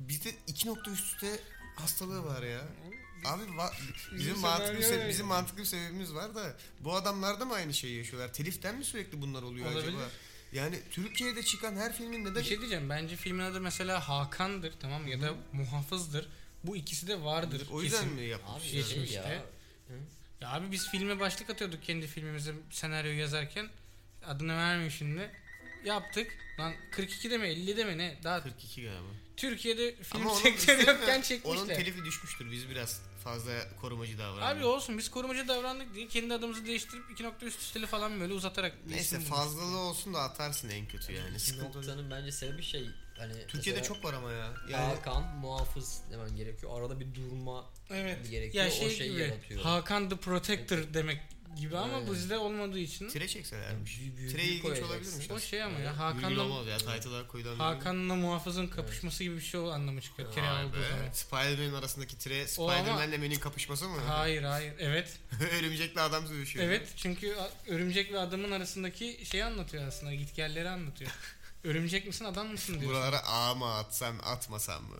Bizde iki nokta üst üste hastalığı var ya. Abi va- bizim Bizim mantıklı bir senaryo se- öyle. bizim mantıklı bir sebebimiz var da bu adamlar da mı aynı şeyi yaşıyorlar? Teliften mi sürekli bunlar oluyor Olabilir. acaba? Yani Türkiye'de çıkan her filmin neden Bir şey diyeceğim bence filmin adı mesela Hakan'dır tamam mı? ya da muhafızdır. Bu ikisi de vardır. o yüzden kesin. mi Abi yapmışlar? şey Geçmişte. ya. Ya abi biz filme başlık atıyorduk kendi filmimize senaryoyu yazarken. Adını vermeyeyim şimdi. Yaptık. Lan 42 de mi 50 de mi ne? Daha 42 galiba. Türkiye'de film Ama onun sektörü üstüne- yokken Onun çekmişler. telifi düşmüştür. Biz biraz fazla korumacı davrandık. Abi olsun biz korumacı davrandık diye kendi adımızı değiştirip 2 nokta üst üsteli falan böyle uzatarak. bir Neyse isim bulduk. fazlalığı olsun da atarsın en kötü yani. İki Sıkıntı yok. noktanın bence sebebi şey hani Türkiye'de mesela çok var ama ya. Yani Hakan muhafız demen gerekiyor. Arada bir durma Evet. gerekiyor. Ya şey o şeyi gibi yaratıyor. Hakan the Protector demek gibi ama Aynen. bu bizde olmadığı için Tire çekselermiş. Büyü- büyü- Tire büyü ilginç koyacaksın. olabilirmiş. o şey ama ya Hakan'la... Hakan'la olmaz ya. Title'lar koyudan Hakan'la muhafızın kapışması gibi bir şey o anlamı çıkıyor tire Vay olduğu zaman. be. Spider-Man arasındaki tire O ama- Spider-Man'le Man'in kapışması mı? Hayır hayır evet Örümcekle adam dövüşüyor. Evet çünkü a- örümcek ve adamın arasındaki şeyi anlatıyor aslında. Gitgelleri anlatıyor. Örümcek misin adam mısın diyor. Buralara A mı atsam atmasam mı?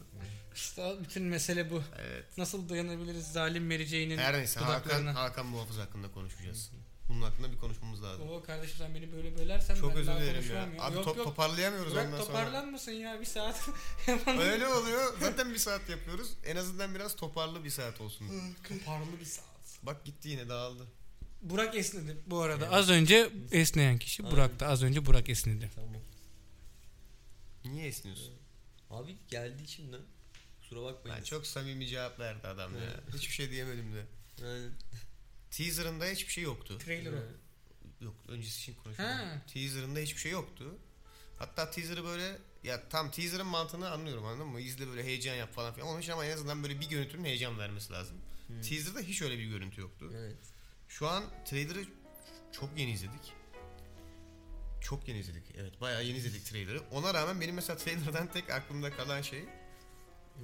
İşte bütün mesele bu. Evet. Nasıl dayanabiliriz zalim vereceğinin Her neyse Hakan, dudaklarına. Hakan muhafız hakkında konuşacağız. Bunun hakkında bir konuşmamız lazım. Oo kardeşim sen beni böyle bölersen Çok ben özür daha dilerim konuşamam ya. Abi yok top- yok toparlayamıyoruz bırak ondan toparlanmasın ya bir saat. Hemen sonra. Öyle oluyor. Zaten bir saat yapıyoruz. En azından biraz toparlı bir saat olsun. toparlı bir saat. Bak gitti yine dağıldı. Burak esnedi bu arada. Az önce esneyen kişi Burak'tı. Az önce Burak esnedi. Tamam. Niye esniyorsun? Abi geldi içimden. Kusura bakmayın. Ben çok samimi cevap verdi adam ya. Evet. Hiçbir şey diyemedim de. Aynen. Teaser'ında hiçbir şey yoktu. Trailer o. Yok öncesi için konuşuyorum. Ha. Teaser'ında hiçbir şey yoktu. Hatta teaser'ı böyle ya tam teaser'ın mantığını anlıyorum anladın mı? İzle böyle heyecan yap falan filan. Onun için ama en azından böyle bir görüntünün heyecan vermesi lazım. Teaser'da hiç öyle bir görüntü yoktu. Evet. Şu an trailer'ı çok yeni izledik. Çok yeni izledik. Evet bayağı yeni izledik trailer'ı. Ona rağmen benim mesela trailer'dan tek aklımda kalan şey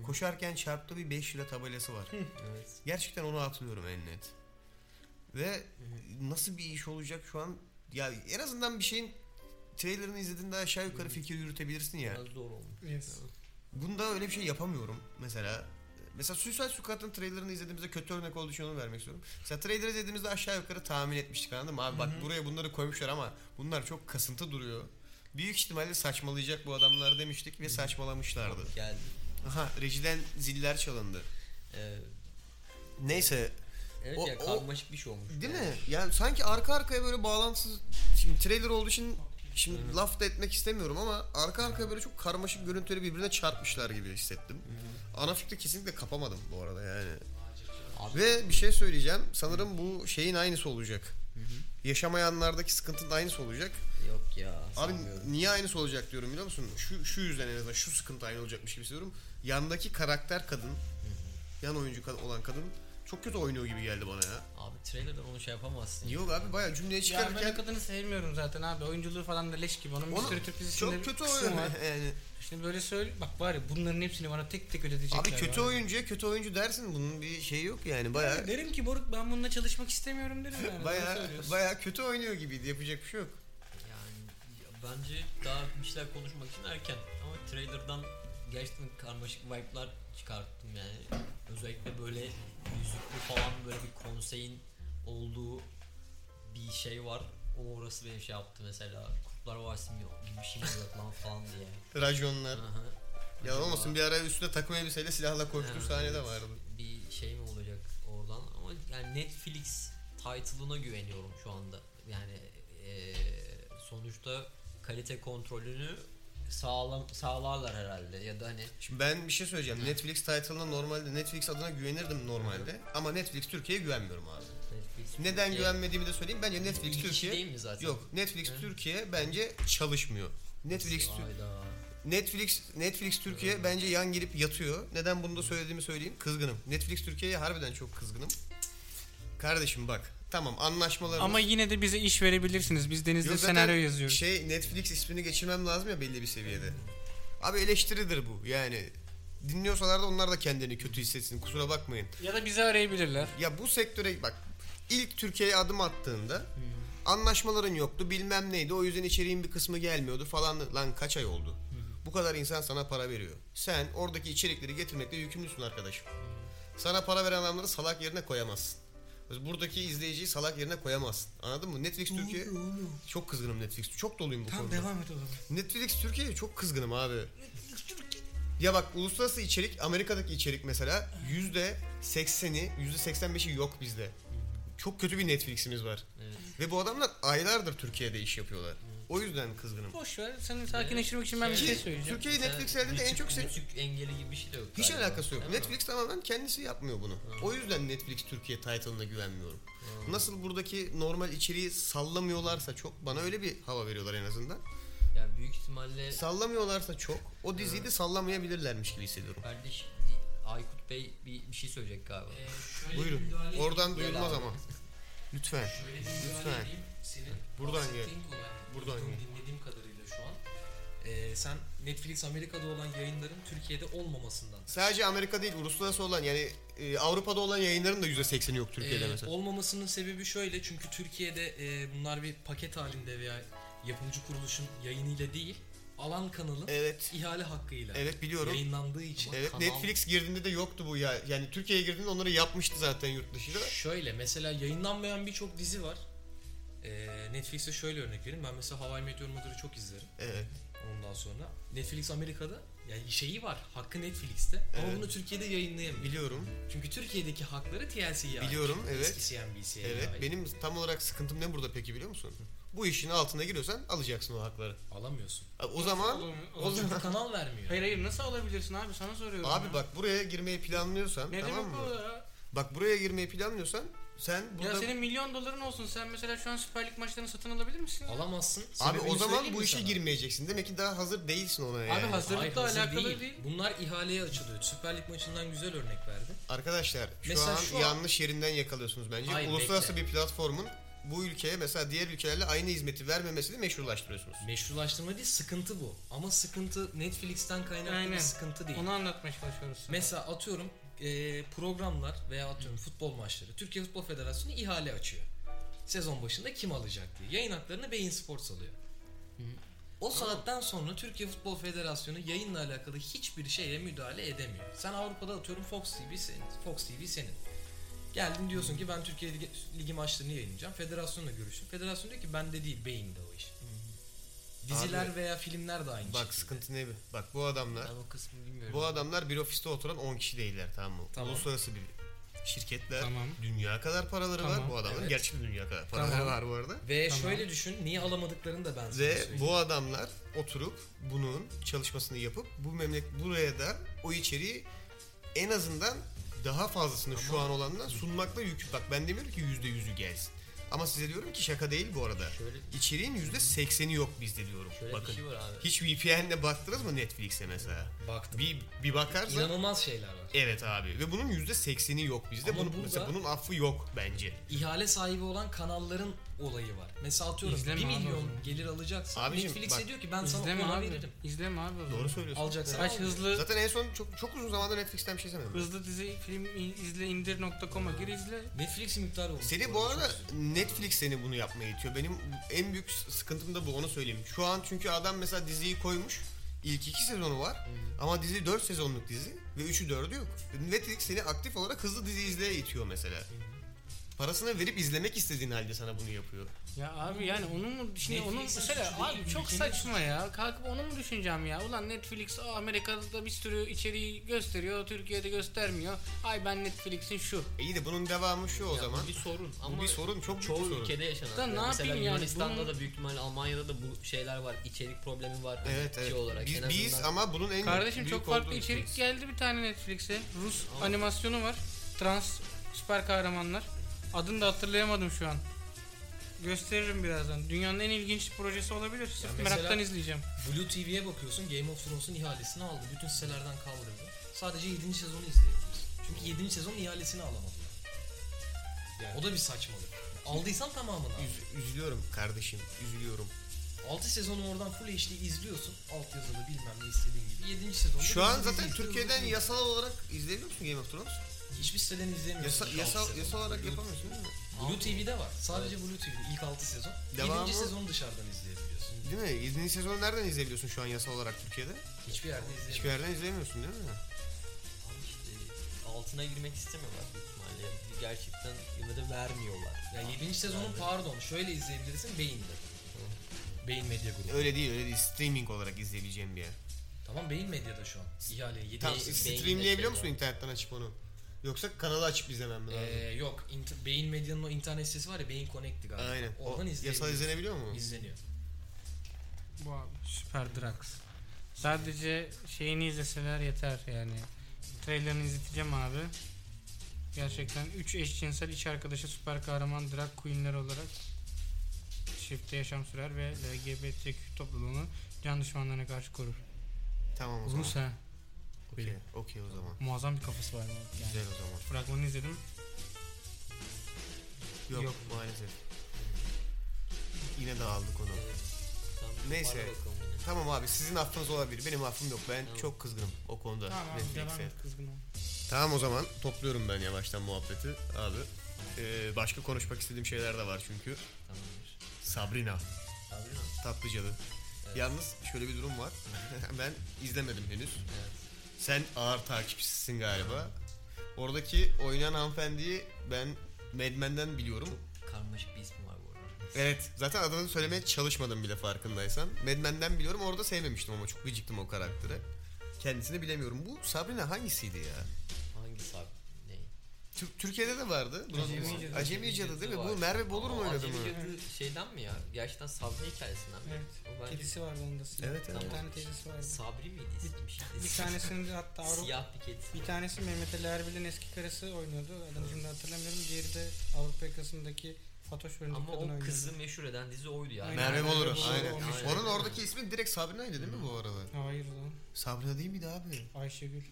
koşarken çarptığı bir 5 lira tabelası var. Evet. Gerçekten onu hatırlıyorum en net. Ve nasıl bir iş olacak şu an? Ya en azından bir şeyin trailerını izlediğinde aşağı yukarı fikir yürütebilirsin ya. Biraz zor olmuş. Yes. Bunda öyle bir şey yapamıyorum mesela. Mesela Suicide Squad'ın trailerını izlediğimizde kötü örnek olduğu için onu vermek istiyorum. Mesela trailer izlediğimizde aşağı yukarı tahmin etmiştik anladın mı? Abi bak buraya bunları koymuşlar ama bunlar çok kasıntı duruyor. Büyük ihtimalle saçmalayacak bu adamlar demiştik ve saçmalamışlardı. Geldi. Aha rejiden ziller çalındı. Ee, Neyse evet O- ya o- karmaşık bir şey olmuş. Değil Yani. mi? Yani sanki arka arkaya böyle bağlantısız... Şimdi trailer olduğu için şimdi laf da etmek istemiyorum ama arka arkaya böyle çok karmaşık görüntüleri birbirine çarpmışlar gibi hissettim. Ana fikri kesinlikle kapamadım bu arada yani. Abi- Ve bir şey söyleyeceğim. Sanırım bu şeyin aynısı olacak. Yaşamayanlardaki sıkıntının aynısı olacak. Yok ya. Abi sanmıyorum. niye aynısı olacak diyorum biliyor musun? Şu, şu yüzden en azından şu sıkıntı aynı olacakmış gibi hissediyorum. Yandaki karakter kadın, yan oyuncu kad- olan kadın çok kötü oynuyor gibi geldi bana ya. Abi trailer'dan onu şey yapamazsın. Yok abi bayağı cümleye Ya ben çıkarken o kadını sevmiyorum zaten abi. Oyunculuğu falan da leş gibi. Onun bir Onu- sürü Türk dizisinde Çok kötü kısmı oyun var. yani. Şimdi böyle söyle bak var ya bunların hepsini bana tek tek ödetecekler. Abi kötü var. oyuncuya kötü oyuncu dersin bunun bir şeyi yok yani baya Derim ki Boruk ben bununla çalışmak istemiyorum derim yani. Doğru baya söylüyorsun. baya kötü oynuyor gibiydi yapacak bir şey yok. Yani ya bence daha bir şeyler konuşmak için erken. Ama trailer'dan gerçekten karmaşık vibe'lar çıkarttım yani. Özellikle böyle yüzüklü falan böyle bir konseyin olduğu bir şey var. O orası benim şey yaptı mesela. Kurtlar Vadisi mi yok gibi bir şey mi yok lan falan diye. Rajonlar. Aha. Yalan Acaba- olmasın bir ara üstüne takım elbiseyle silahla koştuğu Ha, sahnede evet. vardı. Bir şey mi olacak oradan ama yani Netflix title'ına güveniyorum şu anda. Yani eee, sonuçta kalite kontrolünü sağlam sağlarlar herhalde ya da hani Şimdi ben bir şey söyleyeceğim. Netflix title'ına normalde Netflix adına güvenirdim normalde. Ama Netflix Türkiye'ye güvenmiyorum abi. Netflix Neden Türkiye- güvenmediğimi de söyleyeyim. Bence Bir Netflix kişi Türkiye değil mi zaten? Yok, Netflix Hı. Türkiye bence çalışmıyor. Netflix Tür- Hayda. Netflix Netflix Türkiye bence yan gelip yatıyor. Neden bunu da söylediğimi söyleyeyim. Kızgınım. Netflix Türkiye'ye harbiden çok kızgınım. Kardeşim bak. Tamam anlaşmalarımız. Ama yine de bize iş verebilirsiniz. Biz Deniz'de Yok zaten senaryo yazıyoruz. Şey Netflix ismini geçirmem lazım ya belli bir seviyede. Abi eleştiridir bu. Yani dinliyorsalar da onlar da kendini kötü hissetsin. Kusura bakmayın. Ya da bizi arayabilirler. Ya bu sektöre bak ilk Türkiye'ye adım attığında anlaşmaların yoktu bilmem neydi o yüzden içeriğin bir kısmı gelmiyordu falan lan kaç ay oldu. Bu kadar insan sana para veriyor. Sen oradaki içerikleri getirmekle yükümlüsün arkadaşım. Sana para veren adamları salak yerine koyamazsın. Buradaki izleyiciyi salak yerine koyamazsın. Anladın mı? Netflix Türkiye çok kızgınım Netflix. Çok doluyum bu Tamam konuda. devam et o zaman. Netflix Türkiye'ye çok kızgınım abi. Ya bak uluslararası içerik, Amerika'daki içerik mesela yüzde sekseni, yüzde seksen beşi yok bizde. Çok kötü bir Netflix'imiz var. Evet. Ve bu adamlar aylardır Türkiye'de iş yapıyorlar. O yüzden kızgınım. Boş ver. Seni sakinleştirmek için ben bir Şey- şey söyleyeceğim. Türkiye'yi Mesela Netflix elinde en müzik- çok sev... müzik engeli gibi bir şey de yok. Hiç galiba. alakası yok. Değil mi? Netflix tamamen kendisi yapmıyor bunu. O yüzden Netflix Türkiye title'ına güvenmiyorum. Nasıl buradaki normal içeriği sallamıyorlarsa çok, bana öyle bir hava veriyorlar en azından. Ya büyük ihtimalle Sallamıyorlarsa çok, o diziyi de sallamayabilirlermiş gibi hissediyorum. kardeş Aykut Bey bir, bir şey söyleyecek galiba. Buyurun. Oradan duyulmaz ama. Lütfen. Şöyle bir müdahale Lütfen. edeyim. Senin Buradan bahsettiğin gel. olay, Buradan duyduğum, gel. dinlediğim kadarıyla şu an. Ee, sen Netflix Amerika'da olan yayınların Türkiye'de olmamasından. Sadece Amerika değil, Uluslararası olan yani e, Avrupa'da olan yayınların da %80'i yok Türkiye'de Ee, mesela. Olmamasının sebebi şöyle çünkü Türkiye'de e, bunlar bir paket halinde veya yapımcı kuruluşun yayınıyla değil alan kanalın Evet. ihale hakkıyla Evet biliyorum. yayınlandığı için. Evet Kanal- Netflix girdiğinde de yoktu bu ya. Yani Türkiye'ye girdiğinde onları yapmıştı zaten yurt dışı da. Şöyle mesela yayınlanmayan birçok dizi var. Ee, Netflix'e şöyle örnek vereyim. Ben mesela Hawaii Meteor Mother'ı çok izlerim. Evet. Ondan sonra Netflix Amerika'da yani şeyi var. Hakkı Netflix'te. Evet. Ama bunu Türkiye'de yayınlayamıyor. Biliyorum. Çünkü Türkiye'deki hakları TLC'ye ait. Biliyorum, evet. Eski CNBC'ye Evet. ait. Benim tam olarak sıkıntım ne burada peki biliyor musun? Bu işin altına giriyorsan alacaksın o hakları. Alamıyorsun. Abi O zaman Oğlum, o oğlum. zaman Kanal vermiyor. Hayır hayır nasıl alabilirsin abi sana soruyorum. ya. abi bak buraya girmeyi planlıyorsan Ne tamam demek mı? o ya? Bak buraya girmeyi planlıyorsan sen burada Ya senin milyon doların olsun sen mesela şu an Süper Lig maçlarını satın alabilir misin? ya? Alamazsın. abi Sebebini o zaman söyleyeyim bu mi işe sana? girmeyeceksin. Demek ki daha hazır değilsin ona yani. Abi hazır- Hazırlıkla Hayır, hazır alakalı değil. Bunlar ihaleye açılıyor. Süper Lig maçından güzel örnek verdi. Arkadaşlar şu Mesela an şu an- yanlış yerinden yakalıyorsunuz bence. Hayır, Uluslararası bekle. bir platformun bu ülkeye mesela diğer ülkelerle aynı hizmeti vermemesini meşrulaştırıyorsunuz. Meşrulaştırma değil sıkıntı bu. Ama sıkıntı Netflix'ten kaynaklı Aynen. bir sıkıntı değil. Onu anlatmaya çalışıyoruz. sana. Mesela atıyorum e, programlar veya atıyorum futbol maçları. Türkiye Futbol Federasyonu ihale açıyor. Sezon başında kim alacak diye. Yayın haklarını Beyin Sports alıyor. O saatten sonra Türkiye Futbol Federasyonu yayınla alakalı hiçbir şeye müdahale edemiyor. Sen Avrupa'da atıyorum Fox TV senin. Fox TV senin. Geldin diyorsun ki ben Türkiye Ligi, Ligi maçlarını yayınlayacağım. Federasyonla görüştüm. Federasyon diyor ki bende değil Beyin'de o iş. Diziler Abi- veya filmler de aynı Bak şekilde. sıkıntı ne? bi- Bak bu adamlar Ben o kısmı bilmiyorum. bu adamlar bir ofiste oturan 10 kişi değiller tamam mı? Tamam. Uluslararası bir şirketler. Tamam. Dünya kadar paraları var Tamam. bu adamların. Evet. Gerçi dünya kadar paraları Tamam. var bu arada. Ve Tamam. şöyle düşün niye alamadıklarını da ben sana Ve söyleyeyim. bu adamlar oturup bunun çalışmasını yapıp bu memlek buraya da o içeriği en azından daha fazlasını şu an olandan sunmakla yük. Bak ben demiyorum ki yüzde yüzü gelsin. Ama size diyorum ki şaka değil bu arada. Şöyle, İçeriğin yüzde sekseni yok bizde diyorum. şöyle Bakın. bir şey var abi. Hiç VPN'le baktınız mı Netflix'e mesela? baktım. Bir, bir bakarsan İnanılmaz şeyler var. evet abi ve bunun yüzde sekseni yok bizde. Ama Bunun, burada- mesela bunun affı yok bence. İhale sahibi olan kanalların olayı var. Mesela atıyorum İzleme 1 abi o milyon zaman. gelir alacaksa Abicim, Netflix'e bak- diyor ki ben İzleme sana ona abi. veririm. İzleme abi. o zaman. Doğru söylüyorsun. Alacaksan Kaç al. hızlı Zaten en son çok, çok uzun zamandır Netflix'ten bir şey izlemedim. hızlı dizi film in- izle indir.com'a gir izle. Netflix miktarı olmuş. Seni bu arada çok üzücü. Netflix seni bunu yapmaya itiyor. Benim en büyük sıkıntım da bu onu söyleyeyim. Şu an çünkü adam mesela diziyi koymuş. İlk iki sezonu var ama dizi 4 sezonluk dizi ve 3'ü 4'ü yok. Netflix seni aktif olarak hızlı dizi izleye itiyor mesela. Parasını verip izlemek istediğin halde sana bunu yapıyor. Ya abi yani onu mu şimdi onu Netflix'in mesela suçu değil, abi çok ülkenin saçma ya. Kalkıp onu mu düşüneceğim ya? Ulan Netflix aa, Amerika'da da bir sürü içeriği gösteriyor, Türkiye'de göstermiyor. Ay ben Netflix'in şu. E iyi de bunun devamı şu o Ya bu zaman. bir sorun Bu ama bir sorun çok büyük bir çoğu sorun. ülkede yaşanan. Da ne mesela yapayım yani? Yunanistan'da Bunun- da büyük ihtimalle Almanya'da da bu şeyler var. İçerik problemi var. hani Evet ülke evet. Olarak. Biz, En biz azından- ama bunun en Kardeşim büyük çok farklı olduğu içerik için- geldi bir tane Netflix'e. Rus animasyonu var. Trans süper kahramanlar. Adını da hatırlayamadım şu an. Gösteririm birazdan. Dünyanın en ilginç projesi olabilir. Sırf mesela- meraktan izleyeceğim. Blue TV'ye bakıyorsun Game of Thrones'un ihalesini aldı. Bütün sitelerden kaldırdı. Sadece 7. sezonu izleyebiliriz. Çünkü 7. sezon ihalesini alamadılar. Yani o da bir saçmalık. Aldıysan tamamını al. Üz- üzülüyorum kardeşim üzülüyorum. 6 sezonu oradan full HD izliyorsun. Alt yazılı bilmem ne istediğin gibi. 7. sezonda Şu an dizi zaten izliyorsun. Türkiye'den yasal olarak izleyebiliyor musun Game of Thrones? Hiçbir siteden izleyemiyorsun. Yasa, ilk altı yasal, sezonu. yasal olarak Blue- yapamıyorsun değil mi? Blue TV'de var. Sadece Blue TV'de ilk 6 sezon. Devamı- 7. sezonu dışarıdan izleyebiliyorsun. Değil mi? İzlediğin sezonu nereden izleyebiliyorsun şu an yasal olarak Türkiye'de? Hiçbir yerde izleyemiyorsun. Hiçbir yerden izleyemiyorsun değil mi? Abi işte altına girmek istemiyorlar büyük ihtimalle. Gerçekten ya da vermiyorlar. Ya 7. sezonun pardon şöyle izleyebilirsin Beyin'de. Beyin Medya Grubu. Öyle değil, öyle değil. Streaming olarak izleyebileceğim bir yer. Tamam Beyin Medya'da şu an. İhale 7. Tam beyin- streamleyebiliyor şey beyin- musun internetten açıp onu? Yoksa kanalı açıp izlemem mi lazım? Ee, yok inter- Beyin Medya'nın o internet sitesi var ya Beyin Connect'i galiba. Aynen. O, Oradan yasal izleyebiliyorsun. izlenebiliyor mu? İzleniyor. Bu abi süper Drax. Sadece şeyini izleseler yeter yani. Trailerını izleteceğim abi. Gerçekten 3 eşcinsel iç arkadaşı süper kahraman drag queenler olarak çifte yaşam sürer ve LGBTQ topluluğunu can düşmanlarına karşı korur. Tamam o zaman. Rus ha. Okey, okey o zaman. Muazzam bir kafası var bu. Yani. Güzel o zaman. Fragmanı izledim. Yok, Yok. maalesef. Yine dağıldı konu. Tamam, Neyse. bana bakalım yine. Tamam abi sizin affınız olabilir. Benim affım yok. Ben Tamam. çok kızgınım o konuda. Tamam abi devam Netflix'e. et kızgın ol. Tamam o zaman topluyorum ben yavaştan muhabbeti abi. Ee, başka konuşmak istediğim şeyler de var çünkü. Tamamdır. Sabrina Sabri mi? Tatlıcalı. Evet. Yalnız şöyle bir durum var. ben izlemedim henüz. Evet. Sen ağır takipçisisin galiba. Oradaki oynayan hanımefendiyi ben Mad Men'den biliyorum. Karmaşık bir ismi var bu arada. Evet. Zaten adını söylemeye çalışmadım bile farkındaysan. Mad Men'den biliyorum. Orada sevmemiştim ama çok gıcıktım o karakteri. Kendisini bilemiyorum. Bu Sabrina hangisiydi ya? Hangi sabri? Ne? Tür- Türkiye'de de vardı. Bunu- Acemi Acemi, Cadı. Cadı değil mi? Var. Bu Merve Bolur mu Ama oynadı mı? Acemi Cadı şeyden mi ya? Gerçekten Sabri hikayesinden mi? Evet. O bence Kedisi vardı onda. Evet, evet. Bir Tamam. tane kedisi vardı. Sabri miydi ismi? Bir tanesini de hatta Avrupa... Siyah bir kedisi. Bir tanesi Mehmet Ali Erbil'in eski karısı oynuyordu. Adını şimdi hatırlamıyorum. Diğeri de Avrupa yakasındaki Fatoş Örüncü Ama kadın o oynuyordu. kızı meşhur eden dizi oydu yani. Aynen. Merve Bolur. Bolur Aynen. olmuş. Onun oradaki ismi direkt Sabrina'ydı değil mi bu arada? Hayır lan. Sabrina değil miydi abi? Ayşegül.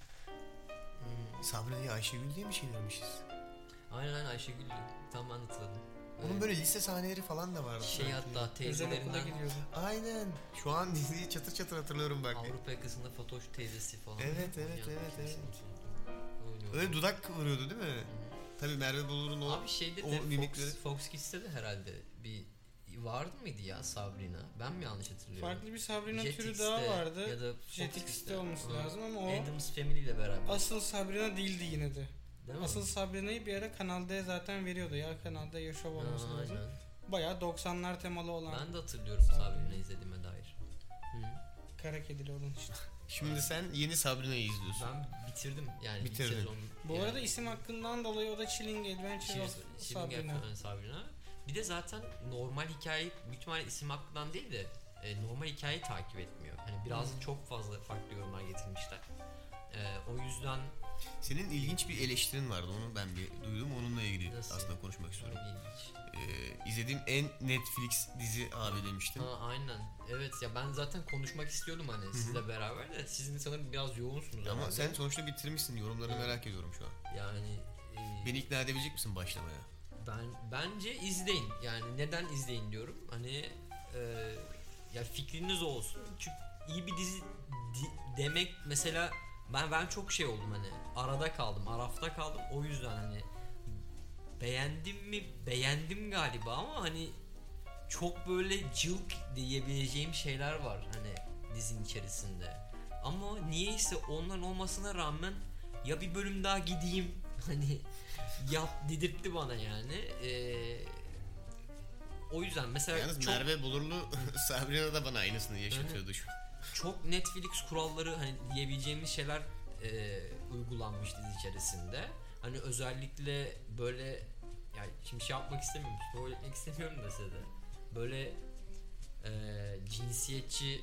Sabrina'yı Ayşegül diye şey mi çevirmişiz? Aynen aynen Ayşegül'dü. Tam ben hatırladım. Onun böyle lise sahneleri falan da vardı. şey sanki. hatta Özel okula teyzelerinden gidiyordu. Aynen. Şu an diziyi çatır çatır hatırlıyorum bak. Avrupa yakasında Fatoş teyzesi falan. Evet, evet, Yani evet, kimse evet. unutmadı. Oynuyordu. Öyle dudak kıvırıyordu değil mi? Tabii Merve Bolur'un o... Abi şeyde o de mimikleri- Fox, Fox Kids'te de herhalde bir vardı mıydı ya Sabrina? Ben mi yanlış hatırlıyorum? Farklı bir Sabrina türü Jetix'te daha vardı. Ya da Fox Jetix'te Kids'te. olması Hı. lazım ama o Adams Family ile beraber. asıl Sabrina değildi yine de. değil mi? Asıl Sabrina'yı bir ara Kanal D zaten veriyordu. Ya Kanal D ya Show Ha, olması lazım. aynen. Bayağı 90'lar temalı olan Ben de hatırlıyorum Sabrina izlediğime dair. kara kedili olan işte. Şimdi sen yeni Sabrina'yı izliyorsun. Ben bitirdim yani Bitirdin. ilk sezon. Bu yani arada isim hakkından dolayı o da Chilling Adventure Şey, of Sabrina. Sabrina. Sabrina. Bir de zaten normal hikaye büyük ihtimalle isim hakkından değil de e, normal hikayeyi takip etmiyor. Hani biraz çok fazla farklı yorumlar getirmişler. E, o yüzden Senin ilginç bir eleştirin vardı. Onu ben bir duydum. Onunla ilgili Nasıl? aslında konuşmak istiyorum. Öyle ilginç. Ee, izlediğim en Netflix dizi abi demiştin. Ha, aynen. Evet ya ben zaten konuşmak istiyordum hani sizle beraber de sizin sanırım biraz yoğunsunuz Ama herhalde. sen sonuçta bitirmişsin. Yorumlarını merak ediyorum şu an. yani e, Beni ikna edebilecek misin başlamaya? Ben bence izleyin. Yani neden izleyin diyorum. Hani e, ya fikriniz olsun. Çünkü iyi bir dizi di- demek mesela ben ben çok şey oldum hani arada kaldım, arafta kaldım. O yüzden hani beğendim mi? Beğendim galiba ama hani çok böyle cılk diyebileceğim şeyler var hani dizin içerisinde. Ama niyeyse onların olmasına rağmen ya bir bölüm daha gideyim hani yap dedirtti bana yani. Ee, o yüzden mesela Yalnız çok, Merve Bulurlu Sabrina da bana aynısını yaşatıyordu şu an. çok Netflix kuralları hani diyebileceğimiz şeyler e, uygulanmış dizi içerisinde. Hani özellikle böyle yani şimdi şey yapmak istemiyorum, spoil etmek istemiyorum da size de. Böyle e, cinsiyetçi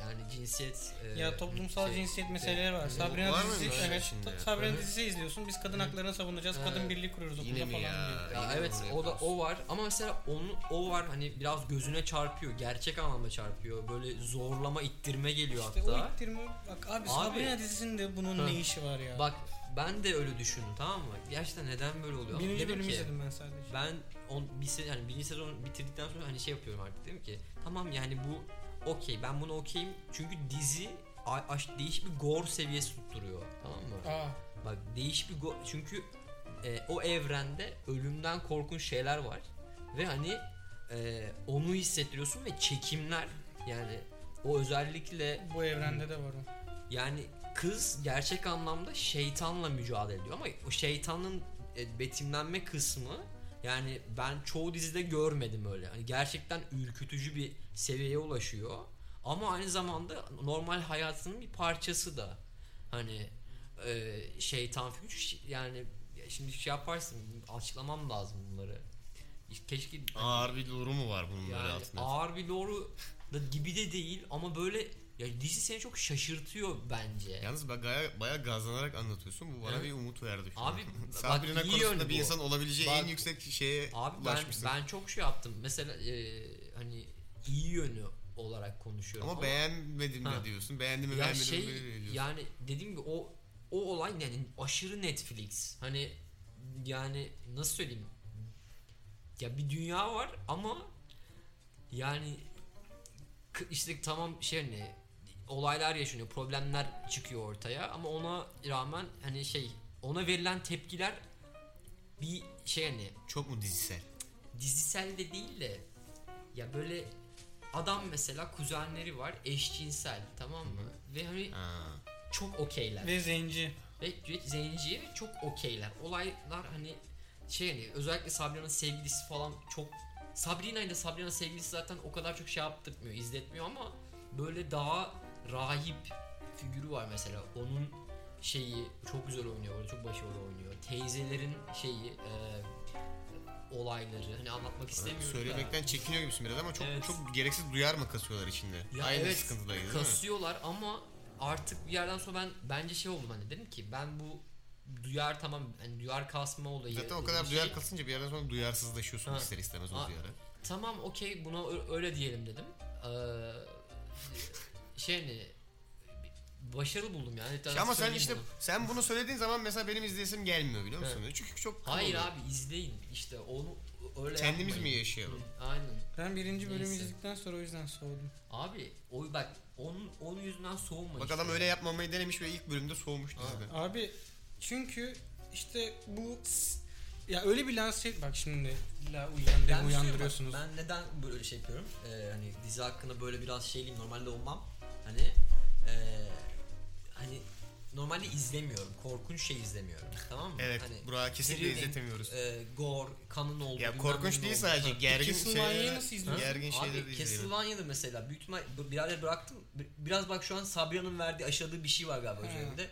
yani cinsiyet e, Ya toplumsal şey- cinsiyet meseleleri var. Yok, Sabrina var dizisi mıymış öyle evet. içinde? Sabrina Evet. dizisi izliyorsun. Biz kadın haklarını savunacağız. Evet. Kadın birliği kuruyoruz okulda Yine falan mi ya? diyor. Ya Yine evet bunu o da yapıyorsun. o var ama mesela onun o var hani biraz gözüne çarpıyor. Gerçek anlamda çarpıyor. Böyle zorlama ittirme geliyor İşte o hatta. ittirme bak abi, Sabrina dizisinde bunun Ha. ne işi var ya? Bak ben de öyle düşündüm tamam mı? Gerçekten neden böyle oluyor? Birinci Dedim bölümü ki, izledim ben sadece. Ben on, bir se- yani birinci sezonu bitirdikten sonra hani şey yapıyorum artık dedim ki tamam yani bu okey ben bunu okeyim çünkü dizi a- aş, değişik bir gore seviyesi tutturuyor tamam mı? Aa, Bak değişik bir go- çünkü e, o evrende ölümden korkunç şeyler var ve hani e, onu hissettiriyorsun ve çekimler yani o özellikle bu evrende de var o. yani kız gerçek anlamda şeytanla mücadele ediyor ama o şeytanın e, betimlenme kısmı yani ben çoğu dizide görmedim öyle. Hani gerçekten ürkütücü bir seviyeye ulaşıyor. Ama aynı zamanda normal hayatının bir parçası da. Hani e, şeytan figürü ş- yani ya şimdi şey yaparsın açıklamam lazım bunları. Keşke Ağır bir durumu var bunun böyle yani altında? ağır bir doğru da gibi de değil ama böyle ya dizi seni çok şaşırtıyor bence. Yalnız bak baya, baya gazlanarak anlatıyorsun. Bu bana Evet. bir umut verdi şu Abi, an. bak Sabrina iyi konusunda yönü bir bu. insan olabileceği Bak- en yüksek şeye Abi ben, ulaşmışsın. ben çok şey yaptım. Mesela e, hani iyi yönü olarak konuşuyorum. Ama, beğenmedim Ha. de diyorsun. Beğendim mi ya beğenmedim şey mi böyle diyorsun. yani dediğim gibi o o olay yani aşırı Netflix. Hani yani nasıl söyleyeyim? Ya bir dünya var ama yani k- işte tamam şey hani olaylar yaşanıyor, problemler çıkıyor ortaya ama ona rağmen hani şey ona verilen tepkiler bir şey hani Çok mu dizisel? dizisel de değil de ya böyle adam mesela kuzenleri var eşcinsel tamam mı? Ve hani Ha. çok okeyler. Ve zenci. Ve Zenci çok okeyler. Olaylar hani şey hani özellikle Sabrina'nın sevgilisi falan çok Sabrina ile Sabrina'nın sevgilisi zaten o kadar çok şey yaptırmıyor, izletmiyor ama böyle daha rahip figürü var mesela. Onun şeyi çok güzel oynuyor, orada çok başarılı oynuyor. Teyzelerin şeyi e, olayları hani anlatmak istemiyorum. da. Söylemekten çekiniyor gibisin biraz ama çok Evet. çok gereksiz duyar mı kasıyorlar içinde? Ya Aynı evet, sıkıntıdayız değil mi? kasıyorlar ama artık bir yerden sonra ben bence şey oldum hani dedim ki ben bu duyar tamam hani duyar kasma olayı. Zaten o bir kadar şey- duyar kasınca bir yerden sonra duyarsızlaşıyorsun Ha. ister istemez o Ha. duyara. Tamam okey buna ö- öyle diyelim dedim. Ee, şey hani başarılı buldum yani. Bir tane Ama sen söyleyeyim işte bunu. sen bunu söylediğin zaman mesela benim izleyesim gelmiyor biliyor musun? Çünkü çok kıl Hayır oluyor. abi izleyin işte onu öyle Kendimiz mi yapmayın. yaşayalım? Hı, Aynen. Ben birinci bölümü Neyse. izledikten sonra o yüzden soğudum. Abi o bak onun onun yüzünden soğuma. Bak işte. adam öyle yapmamayı denemiş ve ilk bölümde soğumuş dizide. Abi çünkü işte bu ya öyle bir lanse et bak şimdi la uyan Ben dev bir şey uyandırıyorsunuz. yapamam. Ben neden böyle şey yapıyorum? Ee, hani dizi hakkında böyle biraz şeyliyim. Normalde olmam. Hani ee, hani normalde izlemiyorum. Korkunç şey izlemiyorum. Tamam mı? Evet, Hani Burak'ı kesinlikle thrilling, izletemiyoruz. ee, gore, kanın olduğu. Ya bilmem korkunç neyin değil olduğu. sadece gergin Castlevania'yı şeyler. nasıl izliyorsun? Gergin şeyleri Abi izleyelim. Castlevania'da mesela büyük ihtimal bu- birader bıraktım. Bir- Biraz bak şu an Sabria'nın verdiği aşıladığı bir şey var galiba üzerinde.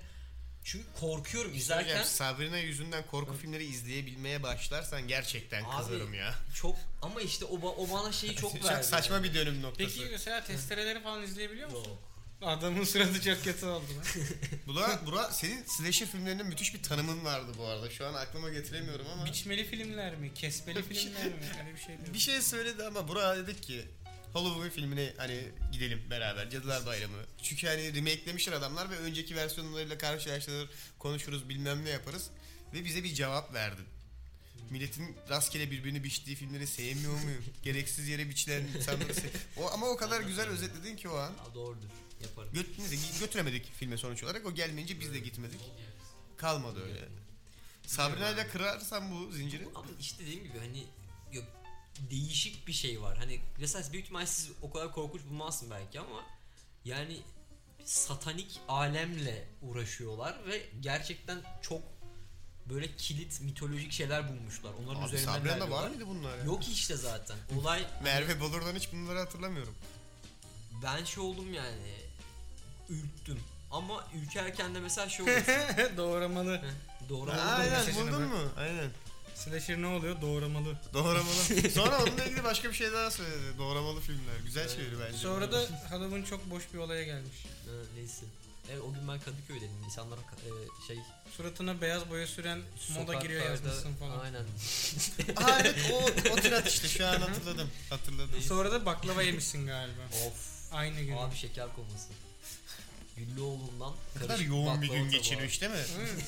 Çünkü korkuyorum izlerken. Hocam Sabrina yüzünden korku filmleri izleyebilmeye başlarsan gerçekten Abi, kızarım ya. Çok ama işte o, ba- o bana şeyi çok verdi. Çok saçma bir dönüm noktası. Peki mesela testereleri falan izleyebiliyor musun? Yok. Adamın suratı çok kötü oldu lan. Bura, bura senin slasher filmlerinin müthiş bir tanımın vardı bu arada. Şu an aklıma getiremiyorum ama. Biçmeli filmler mi? Kesmeli filmler mi? Öyle bir şey değil. Bir şey söyledi ama Burak dedik ki Halloween filmine hani gidelim beraber Cadılar Bayramı. Çünkü hani remake'lemişler adamlar ve önceki versiyonlarıyla karşılaştırır, konuşuruz bilmem ne yaparız. Ve bize bir cevap verdi. Milletin rastgele birbirini biçtiği filmleri sevmiyor muyum? Gereksiz yere biçilen insanları sev- o, Ama o kadar güzel özetledin ki o an. Aa, doğrudur. Yaparım. Göt, neyse, götüremedik filme sonuç olarak. O gelmeyince biz de gitmedik. Kalmadı öyle. Sabrina ile kırarsan bu zinciri. Ama işte dediğim gibi hani ya, değişik bir şey var. Hani mesela büyük ihtimal siz o kadar korkunç bulmazsın belki ama yani satanik alemle uğraşıyorlar ve gerçekten çok böyle kilit mitolojik şeyler bulmuşlar. Onların Abi üzerinden Sabrina'da var ilerliyorlar. mıydı bunlar ya? Yok işte zaten. Olay Merve Bolur'dan hiç bunları hatırlamıyorum. ben şey oldum yani ürktüm. Ama ürkerken de mesela şey oluyorsun. Doğramalı. Doğru. Ha, oldu. Aynen mesajını buldun bak. mu? Aynen. Slasher ne oluyor? Doğramalı. Doğramalı. Sonra onunla ilgili başka bir şey daha söyledi. Doğramalı filmler. Güzel çeviri bence. Sonra da Halloween çok boş bir olaya gelmiş. Ha, Neyse. Evet, o gün ben Kadıköy'deydim. İnsanlar e, şey Suratına beyaz boya süren moda sokaklarda- giriyor yazmışsın falan. Aynen. Aa evet o, o tirat işte şu an hatırladım. Hatırladım. Sonra da baklava yemişsin galiba. Of. Aynı gün. Abi şeker koması. Güllüoğlu'ndan Ne kadar karışık yoğun baklava bir gün tabağı. geçirmiş değil mi?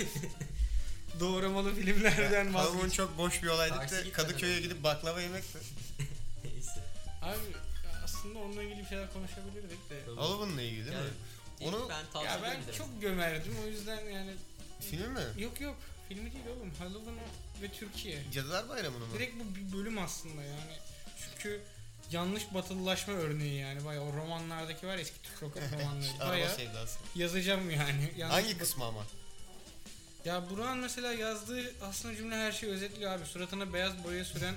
Doğramalı filmlerden Halloween vazgeç. çok boş bir olaydı Tersi da gitmeden Kadıköy'e önce. gidip baklava yemekti. Neyse. Abi aslında onunla ilgili bir şeyler konuşabilirdik de. Tabii. Halloween'la ilgili değil mi? Yani, ilk Onu- ben tavsiye Ya ederim. ben çok gömerdim o yüzden yani. Filmi mi? Yok yok filmi değil oğlum Halloween ve Türkiye. Cadılar Bayramı'nı mı? Direkt bu bir bölüm aslında yani. Çünkü yanlış batılılaşma örneği yani bayağı o romanlardaki var ya eski Türk roman- romanları Araba bayağı sevdası. yazacağım yani. Yanlış Hangi bat- kısmı ama? Ya Burak'ın mesela yazdığı aslında cümle her şeyi özetliyor abi. Suratına beyaz boya süren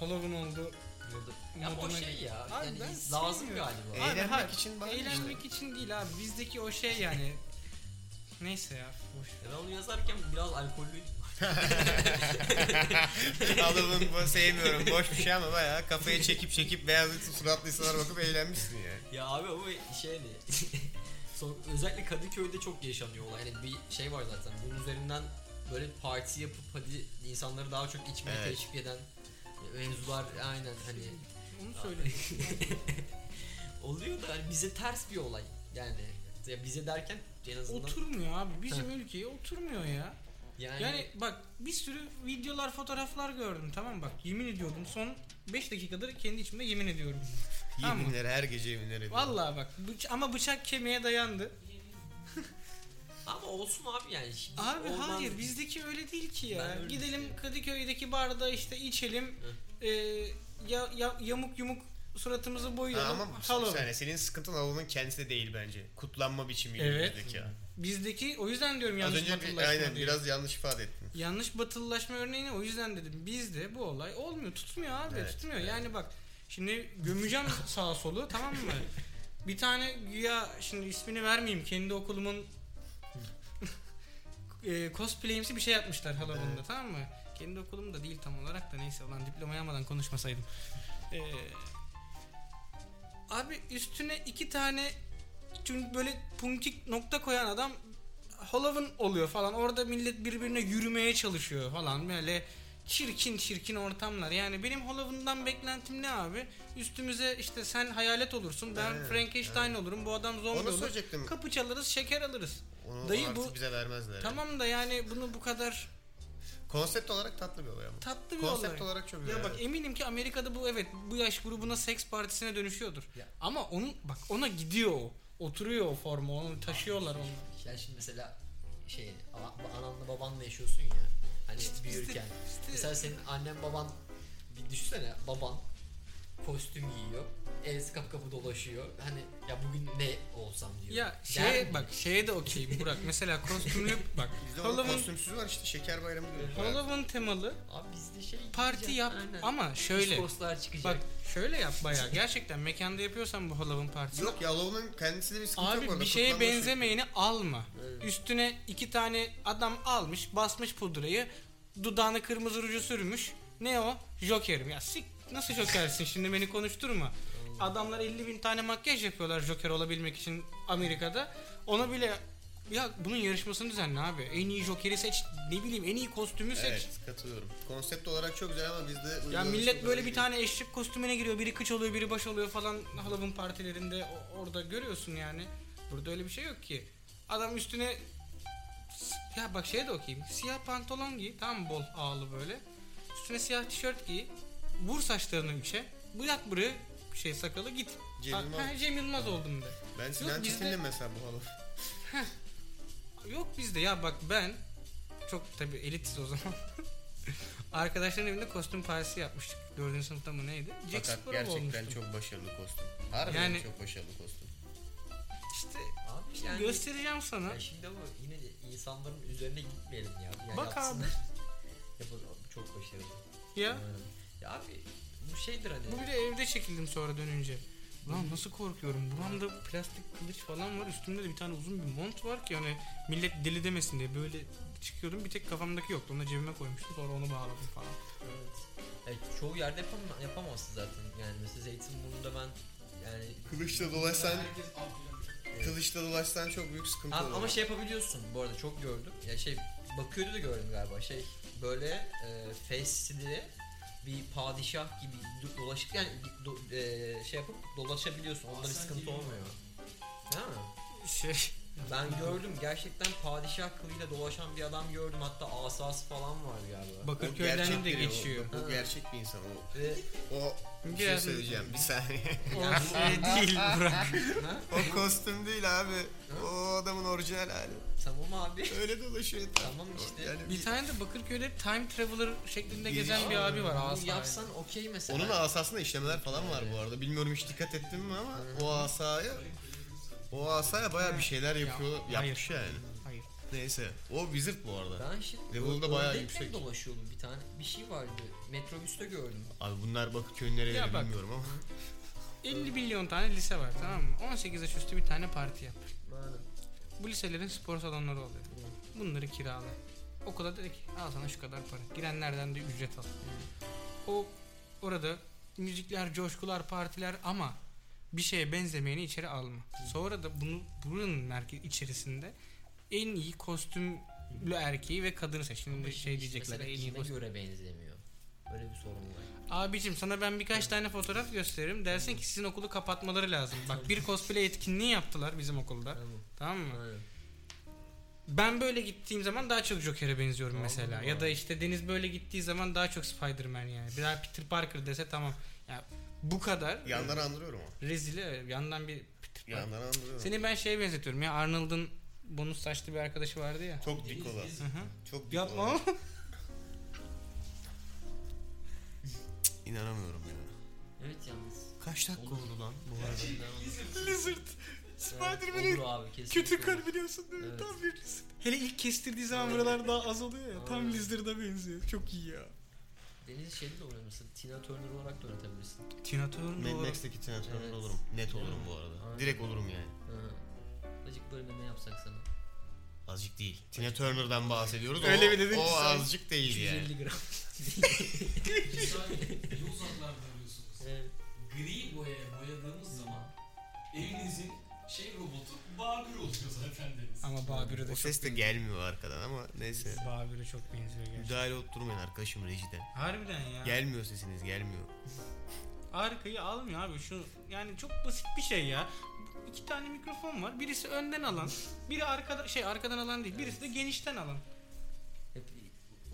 Halloween oldu. Burada- Ya o Moduna şey gir- ya. Abi yani ben lazım sevmiyorum. galiba. Abi, hayır. Eğlenmek için bari işte. Eğlenmek için değil abi bizdeki o şey yani. Neyse ya boş. ver. Ya Ben onu yazarken biraz alkollüydüm. Halloween bu sevmiyorum. Boş bir şey ama bayağı kafaya çekip çekip beyaz suratlı insanlara bakıp eğlenmişsin yani. ya abi ama şey hani son, özellikle Kadıköy'de çok yaşanıyor olay. Hani bir şey var zaten. Bunun üzerinden böyle parti yapıp hadi insanları daha çok içmeye Evet. teşvik eden mevzular aynen hani Onu söyle. oluyor da hani bize ters bir olay. Yani ya bize derken en azından oturmuyor abi. Bizim ülkeye oturmuyor ya. Yani, Yani bak bir sürü videolar, fotoğraflar gördüm tamam mı? bak yemin ediyordum son 5 dakikadır kendi içimde yemin ediyorum. Tamam mı? Yeminleri her gece yeminler ediyor. Vallahi bak bıç- ama bıçak kemiğe dayandı. ama olsun abi yani. Şimdi Abi olmaz. hayır bizdeki öyle değil ki ya. Ben öyle Gidelim Kadıköy'deki barda işte içelim. e, ya, ya- yamuk yumuk suratımızı Ha, boyayalım. ama halalım. yani senin sıkıntın avının kendisi de değil bence. Kutlanma biçimi Evet. bizdeki ya. Bizdeki o yüzden diyorum Az yanlış önce bir, batılılaşma aynen diye. biraz yanlış ifade ettin. Yanlış batılılaşma örneğini o yüzden dedim. Bizde bu olay olmuyor. Tutmuyor abi. Evet, tutmuyor. Yani bak şimdi gömeceğim sağa solu tamam mı? Bir tane güya şimdi ismini vermeyeyim. Kendi okulumun e, cosplay'imsi bir şey yapmışlar Halloween'da tamam mı? Kendi okulum da değil tam olarak da neyse ulan diplomayı almadan konuşmasaydım. Ee, abi üstüne iki tane çünkü böyle punkik nokta koyan adam Halloween oluyor falan. Orada millet birbirine yürümeye çalışıyor falan. Böyle çirkin çirkin ortamlar. Yani benim Halloween'dan beklentim ne abi? Üstümüze işte sen hayalet olursun, ben Aynen, Frankenstein olurum, bu adam zombi Onu olur. söyleyecektim. Kapı çalarız, şeker alırız. Onu Dayı artık bu- bize vermezler. Tamam. Tamam da yani bunu bu kadar Konsept olarak tatlı bir olay ama. tatlı bir Konsept olay. olarak çok güzel. Ya bak evet. eminim ki Amerika'da bu evet bu yaş grubuna seks partisine dönüşüyordur. Ya. Ama onun bak ona gidiyor o. Oturuyor o forma onu taşıyorlar şey onu. Ya şimdi mesela şey ana- ananla babanla yaşıyorsun ya. Hani büyürken. Mesela senin annen baban bir düşünsene baban kostüm giyiyor. Evsi kapı kapı dolaşıyor. Hani ya bugün ne olsam diyor. Ya Der şeye mi? bak şeye de okeyim Burak. Mesela kostümlü bak Bizde onun Halloween, kostümsüzü var işte şeker bayramı diyoruz. Halloween temalı Abi bizde şey parti gidecek, yap aynen. ama şöyle Discourslar çıkacak. bak şöyle yap bayağı gerçekten mekanda yapıyorsan bu Halloween partisi. Yok ya Halloween'ın kendisinde bir sıkıntı yok Abi orada. bir şeye Kutlanma benzemeyeni alma. Evet. Üstüne iki tane adam almış, basmış pudrayı, dudağına kırmızı ruju sürmüş. Ne o? Joker'im. Ya sik nasıl Joker'sin şimdi beni konuşturma. Adamlar 50 bin tane makyaj yapıyorlar Joker olabilmek için Amerika'da. Ona bile ya bunun yarışmasını düzenle abi. En iyi Joker'i seç, ne bileyim en iyi kostümü sürekli. seç. Evet katılıyorum. Konsept olarak çok güzel ama bizde... Ya uygulanışı millet çok böyle öyle bir tane eşlik kostümüne giriyor. Biri kıç oluyor, biri baş oluyor falan. Halloween partilerinde o- orada görüyorsun yani. Burada öyle bir şey yok ki. Adam üstüne ya bak şeye de okuyayım. Siyah pantolon giy. Tam bol ağlı böyle. Üstüne siyah tişört giy. Vur saçlarını üçe. Bırak buraya şey sakalı git. Cem Ha- Yılmaz. ha, Cem Yılmaz oldum de. Ben Sinan Yok, bizde- Çetin'le mesela bu Halloween. Yok bizde ya bak ben çok tabi elitiz o zaman. Arkadaşların evinde kostüm partisi yapmıştık. Dördüncü sınıfta mı neydi? Jack Fakat Sparrow gerçekten olmuştum. çok başarılı kostüm. Harbiden Yani- çok başarılı kostüm. İşte Abi işte yani- göstereceğim sana. Ya şimdi ama yine de insanların üzerine gitmeyelim ya. Yani Bak abi. yapsınlar. Yapın abi, çok başarılı. Ya Ya abi bu şeydir hani. bu bir de evde çekildim sonra dönünce. Lan nasıl korkuyorum. Buramda plastik kılıç falan var. Üstümde de bir tane uzun bir mont var ki yani millet deli demesin diye böyle çıkıyorum. Bir tek kafamdaki yoktu. Onu da cebime koymuştum. Sonra onu bağladım falan. Evet. Evet, çoğu yerde yapam- yapamazsın zaten. Yani mesela Zeytinburnu'nda ben yani Kılıçla dolaşsan, Evet. kılıçla dolaşsan çok büyük sıkıntı Ha, olur. ama şey yapabiliyorsun bu arada çok gördüm. Ya şey bakıyordu da gördüm galiba. Şey böyle e, fesli bir padişah gibi do- dolaşıp yani do- e, şey yapıp dolaşabiliyorsun. Onda bir sıkıntı olmuyor. Değil mi? Şey Ben gördüm gerçekten padişah kılıyla dolaşan bir adam gördüm hatta asası falan var O galiba. gerçek Bakırköy'den de biri, o- geçiyor. O, Ha. gerçek bir insan o. Ve O bir şey Biraz- söyleyeceğim bir saniye. O şey değil Burak. ha? o kostüm değil abi. O adamın orijinal hali. tamam abi. Öyle dolaşıyor. Tamam işte. Yani Bir tane de Bakırköy'de time traveler şeklinde Bir- gezen bir abi var. Bunu Asa. yapsan okey mesela. onun asasında işlemeler falan var bu arada. Bilmiyorum hiç dikkat ettin mi ama o asaya o asaya baya bir şeyler yapıyor, hayır. yapmış yani. Hayır. Neyse. O wizard bu arada. Ben şimdi Level'da bayağı ördekle yüksek. dolaşıyordu bir tane. Bir şey vardı. Metrobüste gördüm. Abi bunlar Bakırköy'ün nereleri Ya bak. bilmiyorum ama. 50 milyon tane lise var tamam mı? 18 yaş üstü bir tane parti yap. Bu liselerin spor salonları oluyor. Bunları kirala. Okula dedi ki al sana şu kadar para. Girenlerden de ücret al. O orada müzikler, coşkular, partiler ama bir şeye benzemeyeni içeri alma. Sonra da bunu buranın merkez içerisinde en iyi kostümlü erkeği ve kadını seç. Şimdi şey diyecekler en Mesela iyi kime kostüm. göre benzemiyor. Öyle bir sorun var. Abicim sana ben birkaç tane fotoğraf gösteririm. Dersin ki sizin okulu kapatmaları lazım. Bak bir cosplay etkinliği yaptılar bizim okulda. Tamam. Tamam mı? Aynen. ben böyle gittiğim zaman daha çok Joker'e benziyorum mesela. Anladım Ya da abi. işte Deniz böyle gittiği zaman daha çok Spider-Man yani. Bir daha Peter Parker dese tamam. Ya bu kadar. Yandan andırıyorum ama. Rezil evet. yandan bir Peter Parker. Yandan andırıyorum. Seni ben şeye benzetiyorum ya Arnold'un bonus saçlı bir arkadaşı vardı ya. Çok dik olan. Hı hı. Çok dik olan. Yapma. İnanamıyorum ya. Evet yalnız. Kaç dakika oldu lan bu arada? Lizard. Spider-Man'in abi, kesinlikle Kötü olur. kar biliyorsun değil mi? Evet. Tam bir Lizard. Hele ilk kestirdiği zaman buralar daha az oluyor ya. Tam Lizard'a benziyor. Çok iyi ya. Deniz şeyde de oynayabilirsin. Tina Turner olarak da oynatabilirsin. Tina Turner Mad olarak- Max'teki tiyatroda Evet. olurum. Net olurum bu arada. Aynen. Direkt olurum yani. Ha. Acık böyle ne yapsak sana? Azıcık değil. Tina Turner'dan bahsediyoruz. Öyle o, bir dedin o ki sen. şey azıcık değil yani. 150 gram. Niye uzaklarda arıyorsunuz? Evet. Gri boyaya boyadığımız zaman evinizin şey robotu Barbie oluyor zaten deniz. Ama Babür'e de O çok ses de gelmiyor arkadan ama neyse. Babür'e çok benziyor gerçekten. Müdahale olup durmayın arkadaşım rejiden. Harbiden ya. Gelmiyor sesiniz gelmiyor. Arkayı almıyor abi. Şu yani çok basit bir şey ya. İki tane mikrofon var. Birisi önden alan, biri arkada şey arkadan alan değil. Birisi de genişten alan. Hep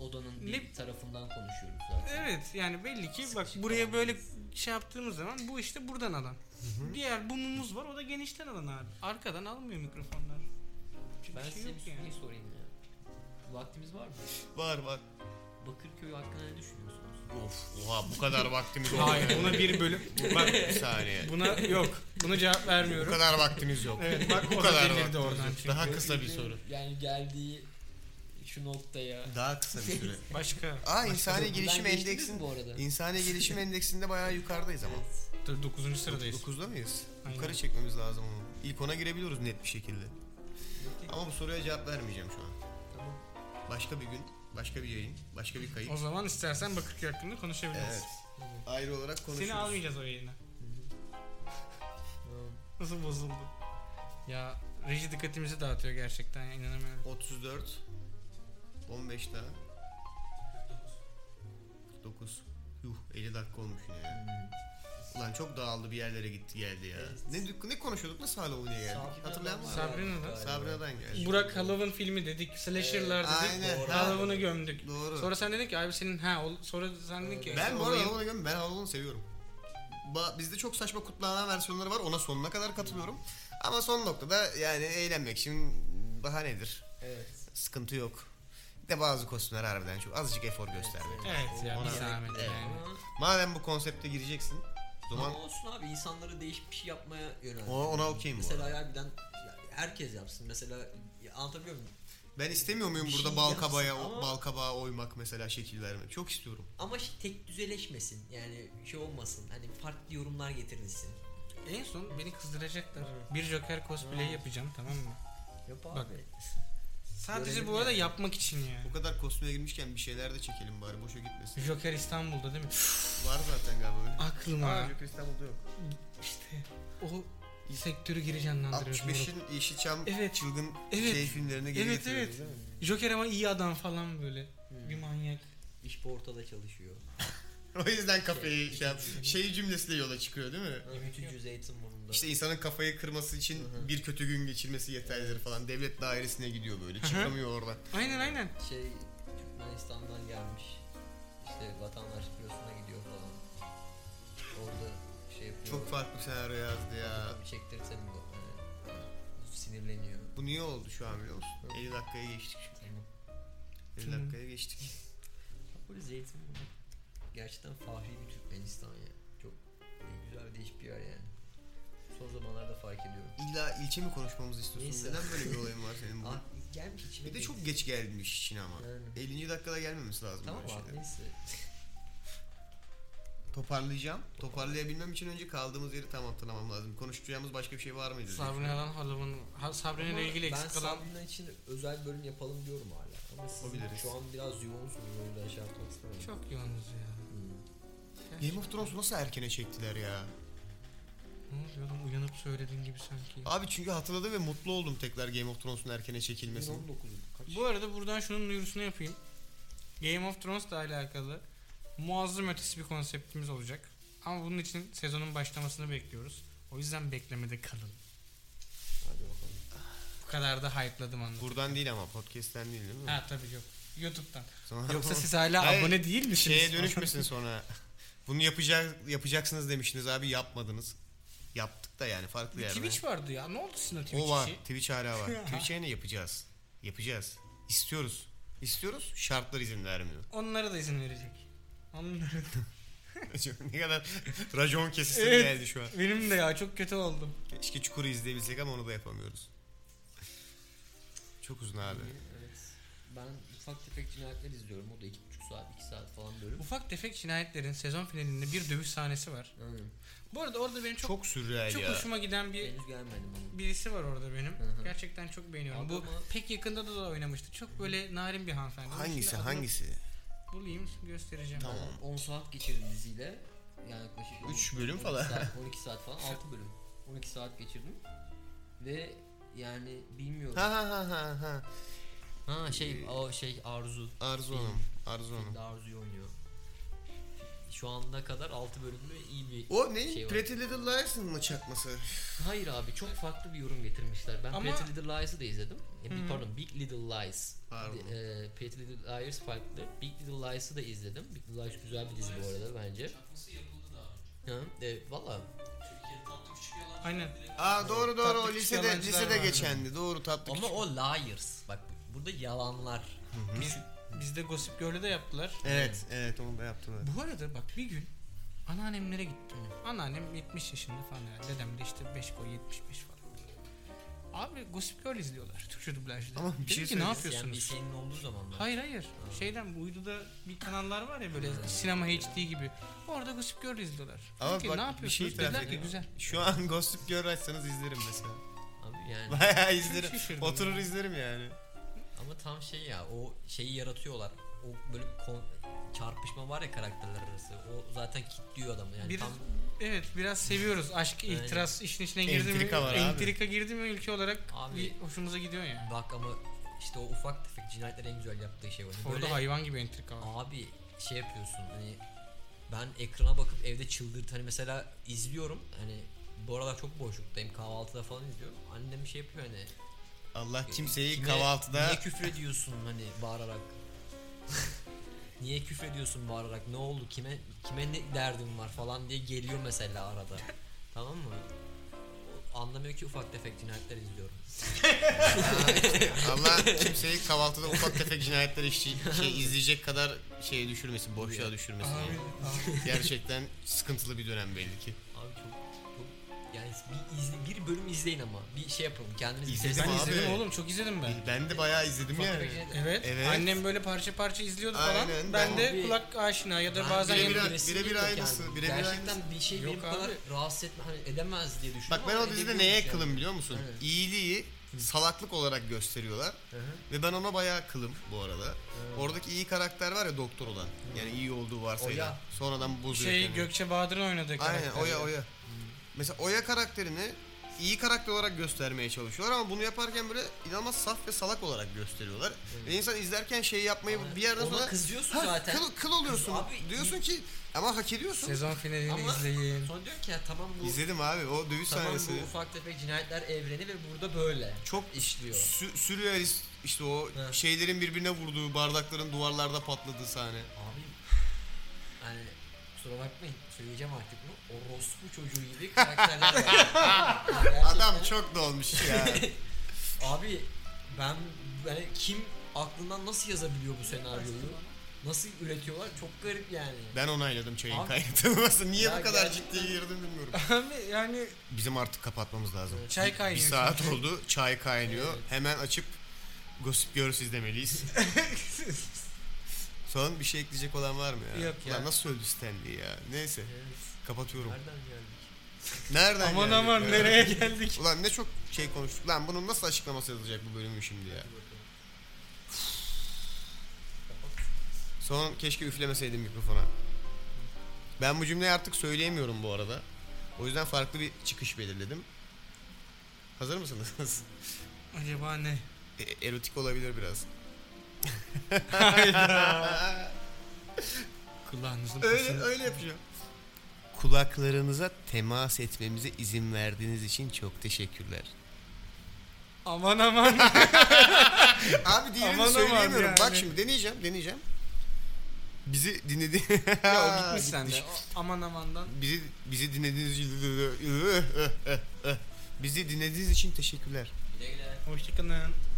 odanın Ne- bir tarafından konuşuyoruz zaten. Evet yani belli ki bak Sıkışık buraya alan. böyle şey yaptığımız zaman bu işte buradan alan. Diğer bumumuz var o da genişten alan abi. Arkadan almıyor mikrofonlar. Çünkü Ben şey size bir yok yani. soruyu sorayım ya. Vaktimiz var mı? Var var. Bakırköy hakkında ne düşünüyorsunuz? Of oha bu kadar vaktimiz yok. Hayır buna bir bölüm. Bak Bir saniye. buna yok. Buna cevap Bu vermiyorum. kadar vaktimiz yok. Evet bak Bu o kadar da denirdi vaktimiz oradan yok. çünkü. Daha kısa bir soru. Yani geldiği şu noktaya. Daha kısa bir süre. Başka. Aa insani Buradan gelişim geçtiniz mi endeksin. bu arada. İnsani gelişim endeksinde bayağı yukarıdayız ama. Evet. Dur 9. sıradayız. 9'da mıyız? Aynen. Yukarı çekmemiz lazım onu. İlk ona girebiliyoruz net bir şekilde. Ama bu soruya cevap vermeyeceğim şu an. Tamam. Başka bir gün, başka bir yayın, başka bir kayıt. O zaman istersen Bakırköy hakkında konuşabiliriz. Evet. Ayrı olarak konuşuruz. Seni almayacağız o yayına. Tamam. Nasıl bozuldu? Ya reji dikkatimizi dağıtıyor gerçekten ya, inanamıyorum. 34 15 daha 49 Yuh 50 dakika olmuş yine ya. Lan çok dağıldı bir yerlere gitti geldi ya. Evet. Ne dük- ne konuşuyorduk nasıl hala oraya geldik? Sabrina'dan Hatırlayan var mı? Sabri- Sabrina'dan. galiba. Sabrina'dan geldi. Burak Halloween filmi dedik, slasher'lar Evet, dedik. aynen. Halloween'ı gömdük. Doğru. Sonra sen dedin ki abi senin ha ol- sonra sen dedin ki ben bu arada olayın- Halloween'e göre ben Halloween'ı seviyorum. Ba- bizde çok saçma kutlama versiyonları var ona sonuna kadar katılıyorum. Ama son noktada yani eğlenmek için bahanedir. Evet. Sıkıntı yok. Bir de bazı kostümler harbiden çok azıcık efor göstermeli. Evet ya Ona- bir zahmet Evet. yani. Ama, Madem bu konsepte gireceksin, o zaman ama olsun abi insanları değişik bir şey yapmaya yönelsin. o, ona okeyim bu. Mesela arada. harbiden ya herkes yapsın. Mesela ya anlatabiliyor muyum? Ben istemiyor muyum Bir burada şey bal yapsın kabaya, ama- bal kabağa oymak mesela şekil vermek? Çok istiyorum. Ama şey- tek düzeleşmesin. Yani şey olmasın. Hani farklı yorumlar getirilsin. En son beni kızdıracaklar. Bir Joker cosplay yapacağım tamam mı? Yap Bak. abi. Sadece Görelim bu arada yani. yapmak için ya. Bu kadar kostüme girmişken bir şeyler de çekelim bari boşa gitmesin. Joker İstanbul'da değil mi? Var zaten galiba öyle. Aklıma İstanbul'da yok. işte o sektörü geri canlandırıyoruz. moruk. 65'in Yeşilçam Evet. çılgın Evet. şey filmlerini geri Evet getiriyoruz, evet. değil mi? Joker ama iyi adam falan böyle. Bir manyak. Hmm. İş bu ortada çalışıyor. O yüzden kafayı şey, yap- şey cümlesiyle yola çıkıyor değil mi? Ütücü Zeytinburnu'nda. İşte insanın kafayı kırması için bir kötü gün geçirmesi yeterlidir falan. Devlet dairesine gidiyor böyle. Çıkamıyor oradan. Aynen aynen. şey Türkmenistan'dan gelmiş. İşte vatandaşlık bürosuna gidiyor falan. Orada şey yapıyor. Çok farklı bir senaryo yazdı ya. Bir çektirse mi bu? Hani, sinirleniyor. Bu niye oldu şu an biliyor musun? 50 dakikaya geçtik. 50 Tamam. dakikaya geçtik. Böyle Zeytinburnu gerçekten fahri bir Türkmenistan ya. Çok güzel değişik bir yer yani. Son zamanlarda fark ediyorum. İlla ilçe mi konuşmamızı istiyorsun? Neyse. Neden böyle bir olayın var senin bu? Ah gelmiş içime. bir de gelmiş. çok geç gelmiş için ama. Yani. 50. dakikada gelmemesi lazım Tamam böyle abi şeyler. neyse. Toparlayacağım. Toparlayabilmem için önce kaldığımız yeri tam hatırlamam lazım. Konuşacağımız başka bir şey var mıydı? Sabrina'dan Halloween. Ha- Sabrina Ama ile ilgili ben eksik kalan Sabrina için özel bölüm yapalım diyorum hala. Ama siz Yapabiliriz. şu an biraz yoğunsunuz o yüzden şey yapmak istemiyorum. çok yoğunuz ya. Hmm. Game of Thrones'u nasıl erkene çektiler ya? Ne oluyor lan uyanıp söylediğin gibi sanki. Abi çünkü hatırladım ve mutlu oldum tekrar Game of Thrones'un erkene çekilmesine. 2019 kaç? Bu arada buradan şunun duyurusunu yapayım. Game of Thrones'la alakalı muazzam ötesi bir konseptimiz olacak. Ama bunun için sezonun başlamasını bekliyoruz. O yüzden beklemede kalın. Hadi bakalım. Bu kadar da hype'ladım anladım. Buradan değil ama podcast'ten değil değil mi? Ha tabii yok. YouTube'dan. Sonra- Yoksa siz hala Hayır, abone değil misiniz? Şeye dönüşmesin sonra. Bunu yapacak yapacaksınız demiştiniz abi yapmadınız. Yaptık da yani farklı yerde. E, Twitch vardı ya. Ne oldu sizin o Twitch O var. işi? Twitch hala var. Twitch'e ne yapacağız? Yapacağız. İstiyoruz. İstiyoruz. Şartlar izin vermiyor. Onlara da izin verecek. Onlara da. ne kadar racon kesisi Evet. geldi şu an. Benim de ya çok kötü oldum. Keşke Çukur'u izleyebilsek ama onu da yapamıyoruz. Çok uzun abi. Evet. Ben ufak tefek cinayetler izliyorum. O da iki buçuk saat, iki saat falan bölüm. Ufak tefek cinayetlerin sezon finalinde bir dövüş sahnesi var. Aynen. Bu arada orada benim çok Çok sürreal çok ya. hoşuma giden bir Henüz gelmedim ama. birisi var orada benim. Hı hı. Gerçekten çok beğeniyorum. Bu Adamı- pek yakında da, da oynamıştı. Çok böyle narin bir hanımefendi. Onun Hangisi şimdi adını hangisi? Bulayım göstereceğim. Tamam. 10 saat geçirdim diziyle. Yani yaklaşık Üç 10 bölüm 12 falan. saat, 12 saat falan. 6 bölüm. 12 saat geçirdim. Ve yani bilmiyorum. Ha ha ha ha ha. Ha Ee, şey o şey Arzu. Arzu Hanım. Arzu Hanım. Filmde Arzu'yu oynuyor. Şu ana kadar 6 bölümde iyi bir O ne? Şey var. Pretty Little Liars'ın mı çakması? Hayır abi çok farklı bir yorum getirmişler. Ben Ama- Pretty Little Lies'ı da izledim. E, bir- Hmm. Pardon Big Little Lies. Pardon. E, Pretty Little Liars farklı. Big Little Lies'ı da izledim. Big Little Lies güzel bir dizi bu arada bence. Çakması yapıldı daha önce. Ha, e, Valla Türkiye'de tatlı küçük yalancı. Aynen. Aa doğru doğru o Tatlı küçük lisede yalancılar lisede vardı. geçendi. Doğru tatlı ama küçük. o Liars. Bak bu- burada yalanlar. Biz, bizde Gossip Girl'ü de yaptılar. Evet evet onu da yaptılar. Bu arada bak bir gün anneannemlere gittim. Anneannem 70 yaşında falan herhalde. Dedem de işte 5 boy 75 falan. Abi Gossip Girl izliyorlar Türkçe dublajda. Ama bir Dedim şey ki ne söyleyeceğim. Yani bir yapıyorsunuz? şeyin olduğu zamanlar. Hayır hayır. Şeyden bu uyduda bir kanallar var ya böyle sinema HD gibi. Orada Gossip Girl izliyorlar. Hmm. Ama Dedim ki, bak, ne bir yapıyorsunuz? şey itiraf Dediler ki edeyim. güzel. Şu an Gossip Girl açsanız izlerim mesela. Abi yani Bayağı izlerim. şaşırdım Oturur izlerim yani. ama tam şey ya o şeyi yaratıyorlar. O böyle bir kon- çarpışma var ya karakterler arası. O zaten kilitliyor adamı yani Bir- tam Evet biraz seviyoruz. Aşk, Aynen. ihtiras işin içine girdi Entrika mi? var abi. entrika girdi mi ülke olarak Abi. bir hoşumuza gidiyor yani. Bak ama işte o ufak tefek cinayetler en güzel yaptığı şey var. Orada Böyle hayvan gibi entrika var. abi şey yapıyorsun hani ben ekrana bakıp evde çıldırt hani mesela izliyorum hani bu aralar çok boşluktayım kahvaltıda falan izliyorum. Annem şey yapıyor hani Allah kimseyi kime- kahvaltıda Niye küfür ediyorsun hani bağırarak? niye küfür ediyorsun bağırarak? Ne oldu? Kime kime ne derdin var falan diye geliyor mesela arada. tamam mı? O Anlamıyor ki ufak tefek cinayetler izliyorum. Allah kimseyi kahvaltıda ufak tefek cinayetler işi- şey, izleyecek kadar şeye düşürmesin, boşluğa düşürmesin. yani. Gerçekten sıkıntılı bir dönem belli ki. Abi çok çok yani bir, izle- bir bölüm izleyin ama bir şey yapalım kendiniz bir İzledim test- Ben Abi. izledim oğlum çok izledim ben. Ben de bayağı izledim Ufak yani. tefek cinayetler. Evet. Evet. Annem böyle parça parça izliyordu falan. Aynen, ben de abi. kulak aşina ya da Ben bazen şey, birebir- yanımda- resim birebir yok yani. aynısı, birebir Gerçekten bir şey Yok beni bu kadar abi. rahatsız etme, hani edemez diye düşündüm. Bak ben ama o dizide edebiliyormuş neye yani. kılım biliyor musun? Evet. İyiliği salaklık olarak gösteriyorlar. Hı hı. Ve ben ona bayağı kılım bu arada. Oradaki iyi karakter var ya doktor olan. Yani iyi olduğu varsayılan. Oya. Sonradan bozuyor şey kendini. Gökçe Bahadır'ın oynadığı Aynen karakter. Oya Oya. Mesela Oya karakterini iyi karakter olarak göstermeye çalışıyorlar ama bunu yaparken böyle inanılmaz saf ve salak olarak gösteriyorlar. Ve insan izlerken şeyi yapmayı bir yerden Ona sonra kızıyorsun "Ha, zaten. Kıl, kıl oluyorsun. Abi, diyorsun ki ama hak ediyorsun. Sezon finalini Ama- izleyin. Sonra diyor ki ya tamam bu İzledim abi o dövüş Tamam sahnesi. bu ufak tefek cinayetler evreni ve burada böyle Çok işliyor. sü- sürrealist işte o He. şeylerin birbirine vurduğu, bardakların duvarlarda patladığı sahne. Abi yani kusura bakmayın söyleyeceğim artık bunu. O Rospu çocuğu gibi karakterler var. Gerçekten- Adam çok dolmuş ya. Abi ben yani kim aklından nasıl yazabiliyor bu senaryoyu? Nasıl üretiyorlar? Çok garip yani. ben onayladım çayın Abi- kaynatılması. Niye Ya bu kadar gerçekten- ciddiye girdim bilmiyorum. Abi yani Bizim artık kapatmamız lazım. Çay Bir- kaynıyor Bir saat oldu. Çay kaynıyor. Hemen açıp Gossip Girls izlemeliyiz. Son bir şey ekleyecek olan var mı ya? Yok ya. Ulan nasıl öldü Stanley ya? Neyse Evet. kapatıyorum. Nereden geldik? Nereden aman geldik aman ya? nereye geldik. Ulan ne çok şey konuştuk. Lan bunun nasıl açıklaması yazılacak bu bölümün şimdi ya? Son keşke üflemeseydim mikrofona. Ben bu cümleyi artık söyleyemiyorum bu arada. O yüzden farklı bir çıkış belirledim. Hazır mısınız? Acaba ne? E- erotik olabilir biraz. Kulağınızın öyle pasını- öyle yapacağım. Kulaklarınıza temas etmemize izin verdiğiniz için çok teşekkürler. Aman aman. Abi diğerini Aman aman söyleyemiyorum. yani. Bak şimdi deneyeceğim, deneyeceğim. Bizi dinledi. ya o gitmiş sende. O- Aman amandan. Bizi bizi dinlediğiniz için bizi dinlediğiniz için teşekkürler. Güle güle. Hoşçakalın.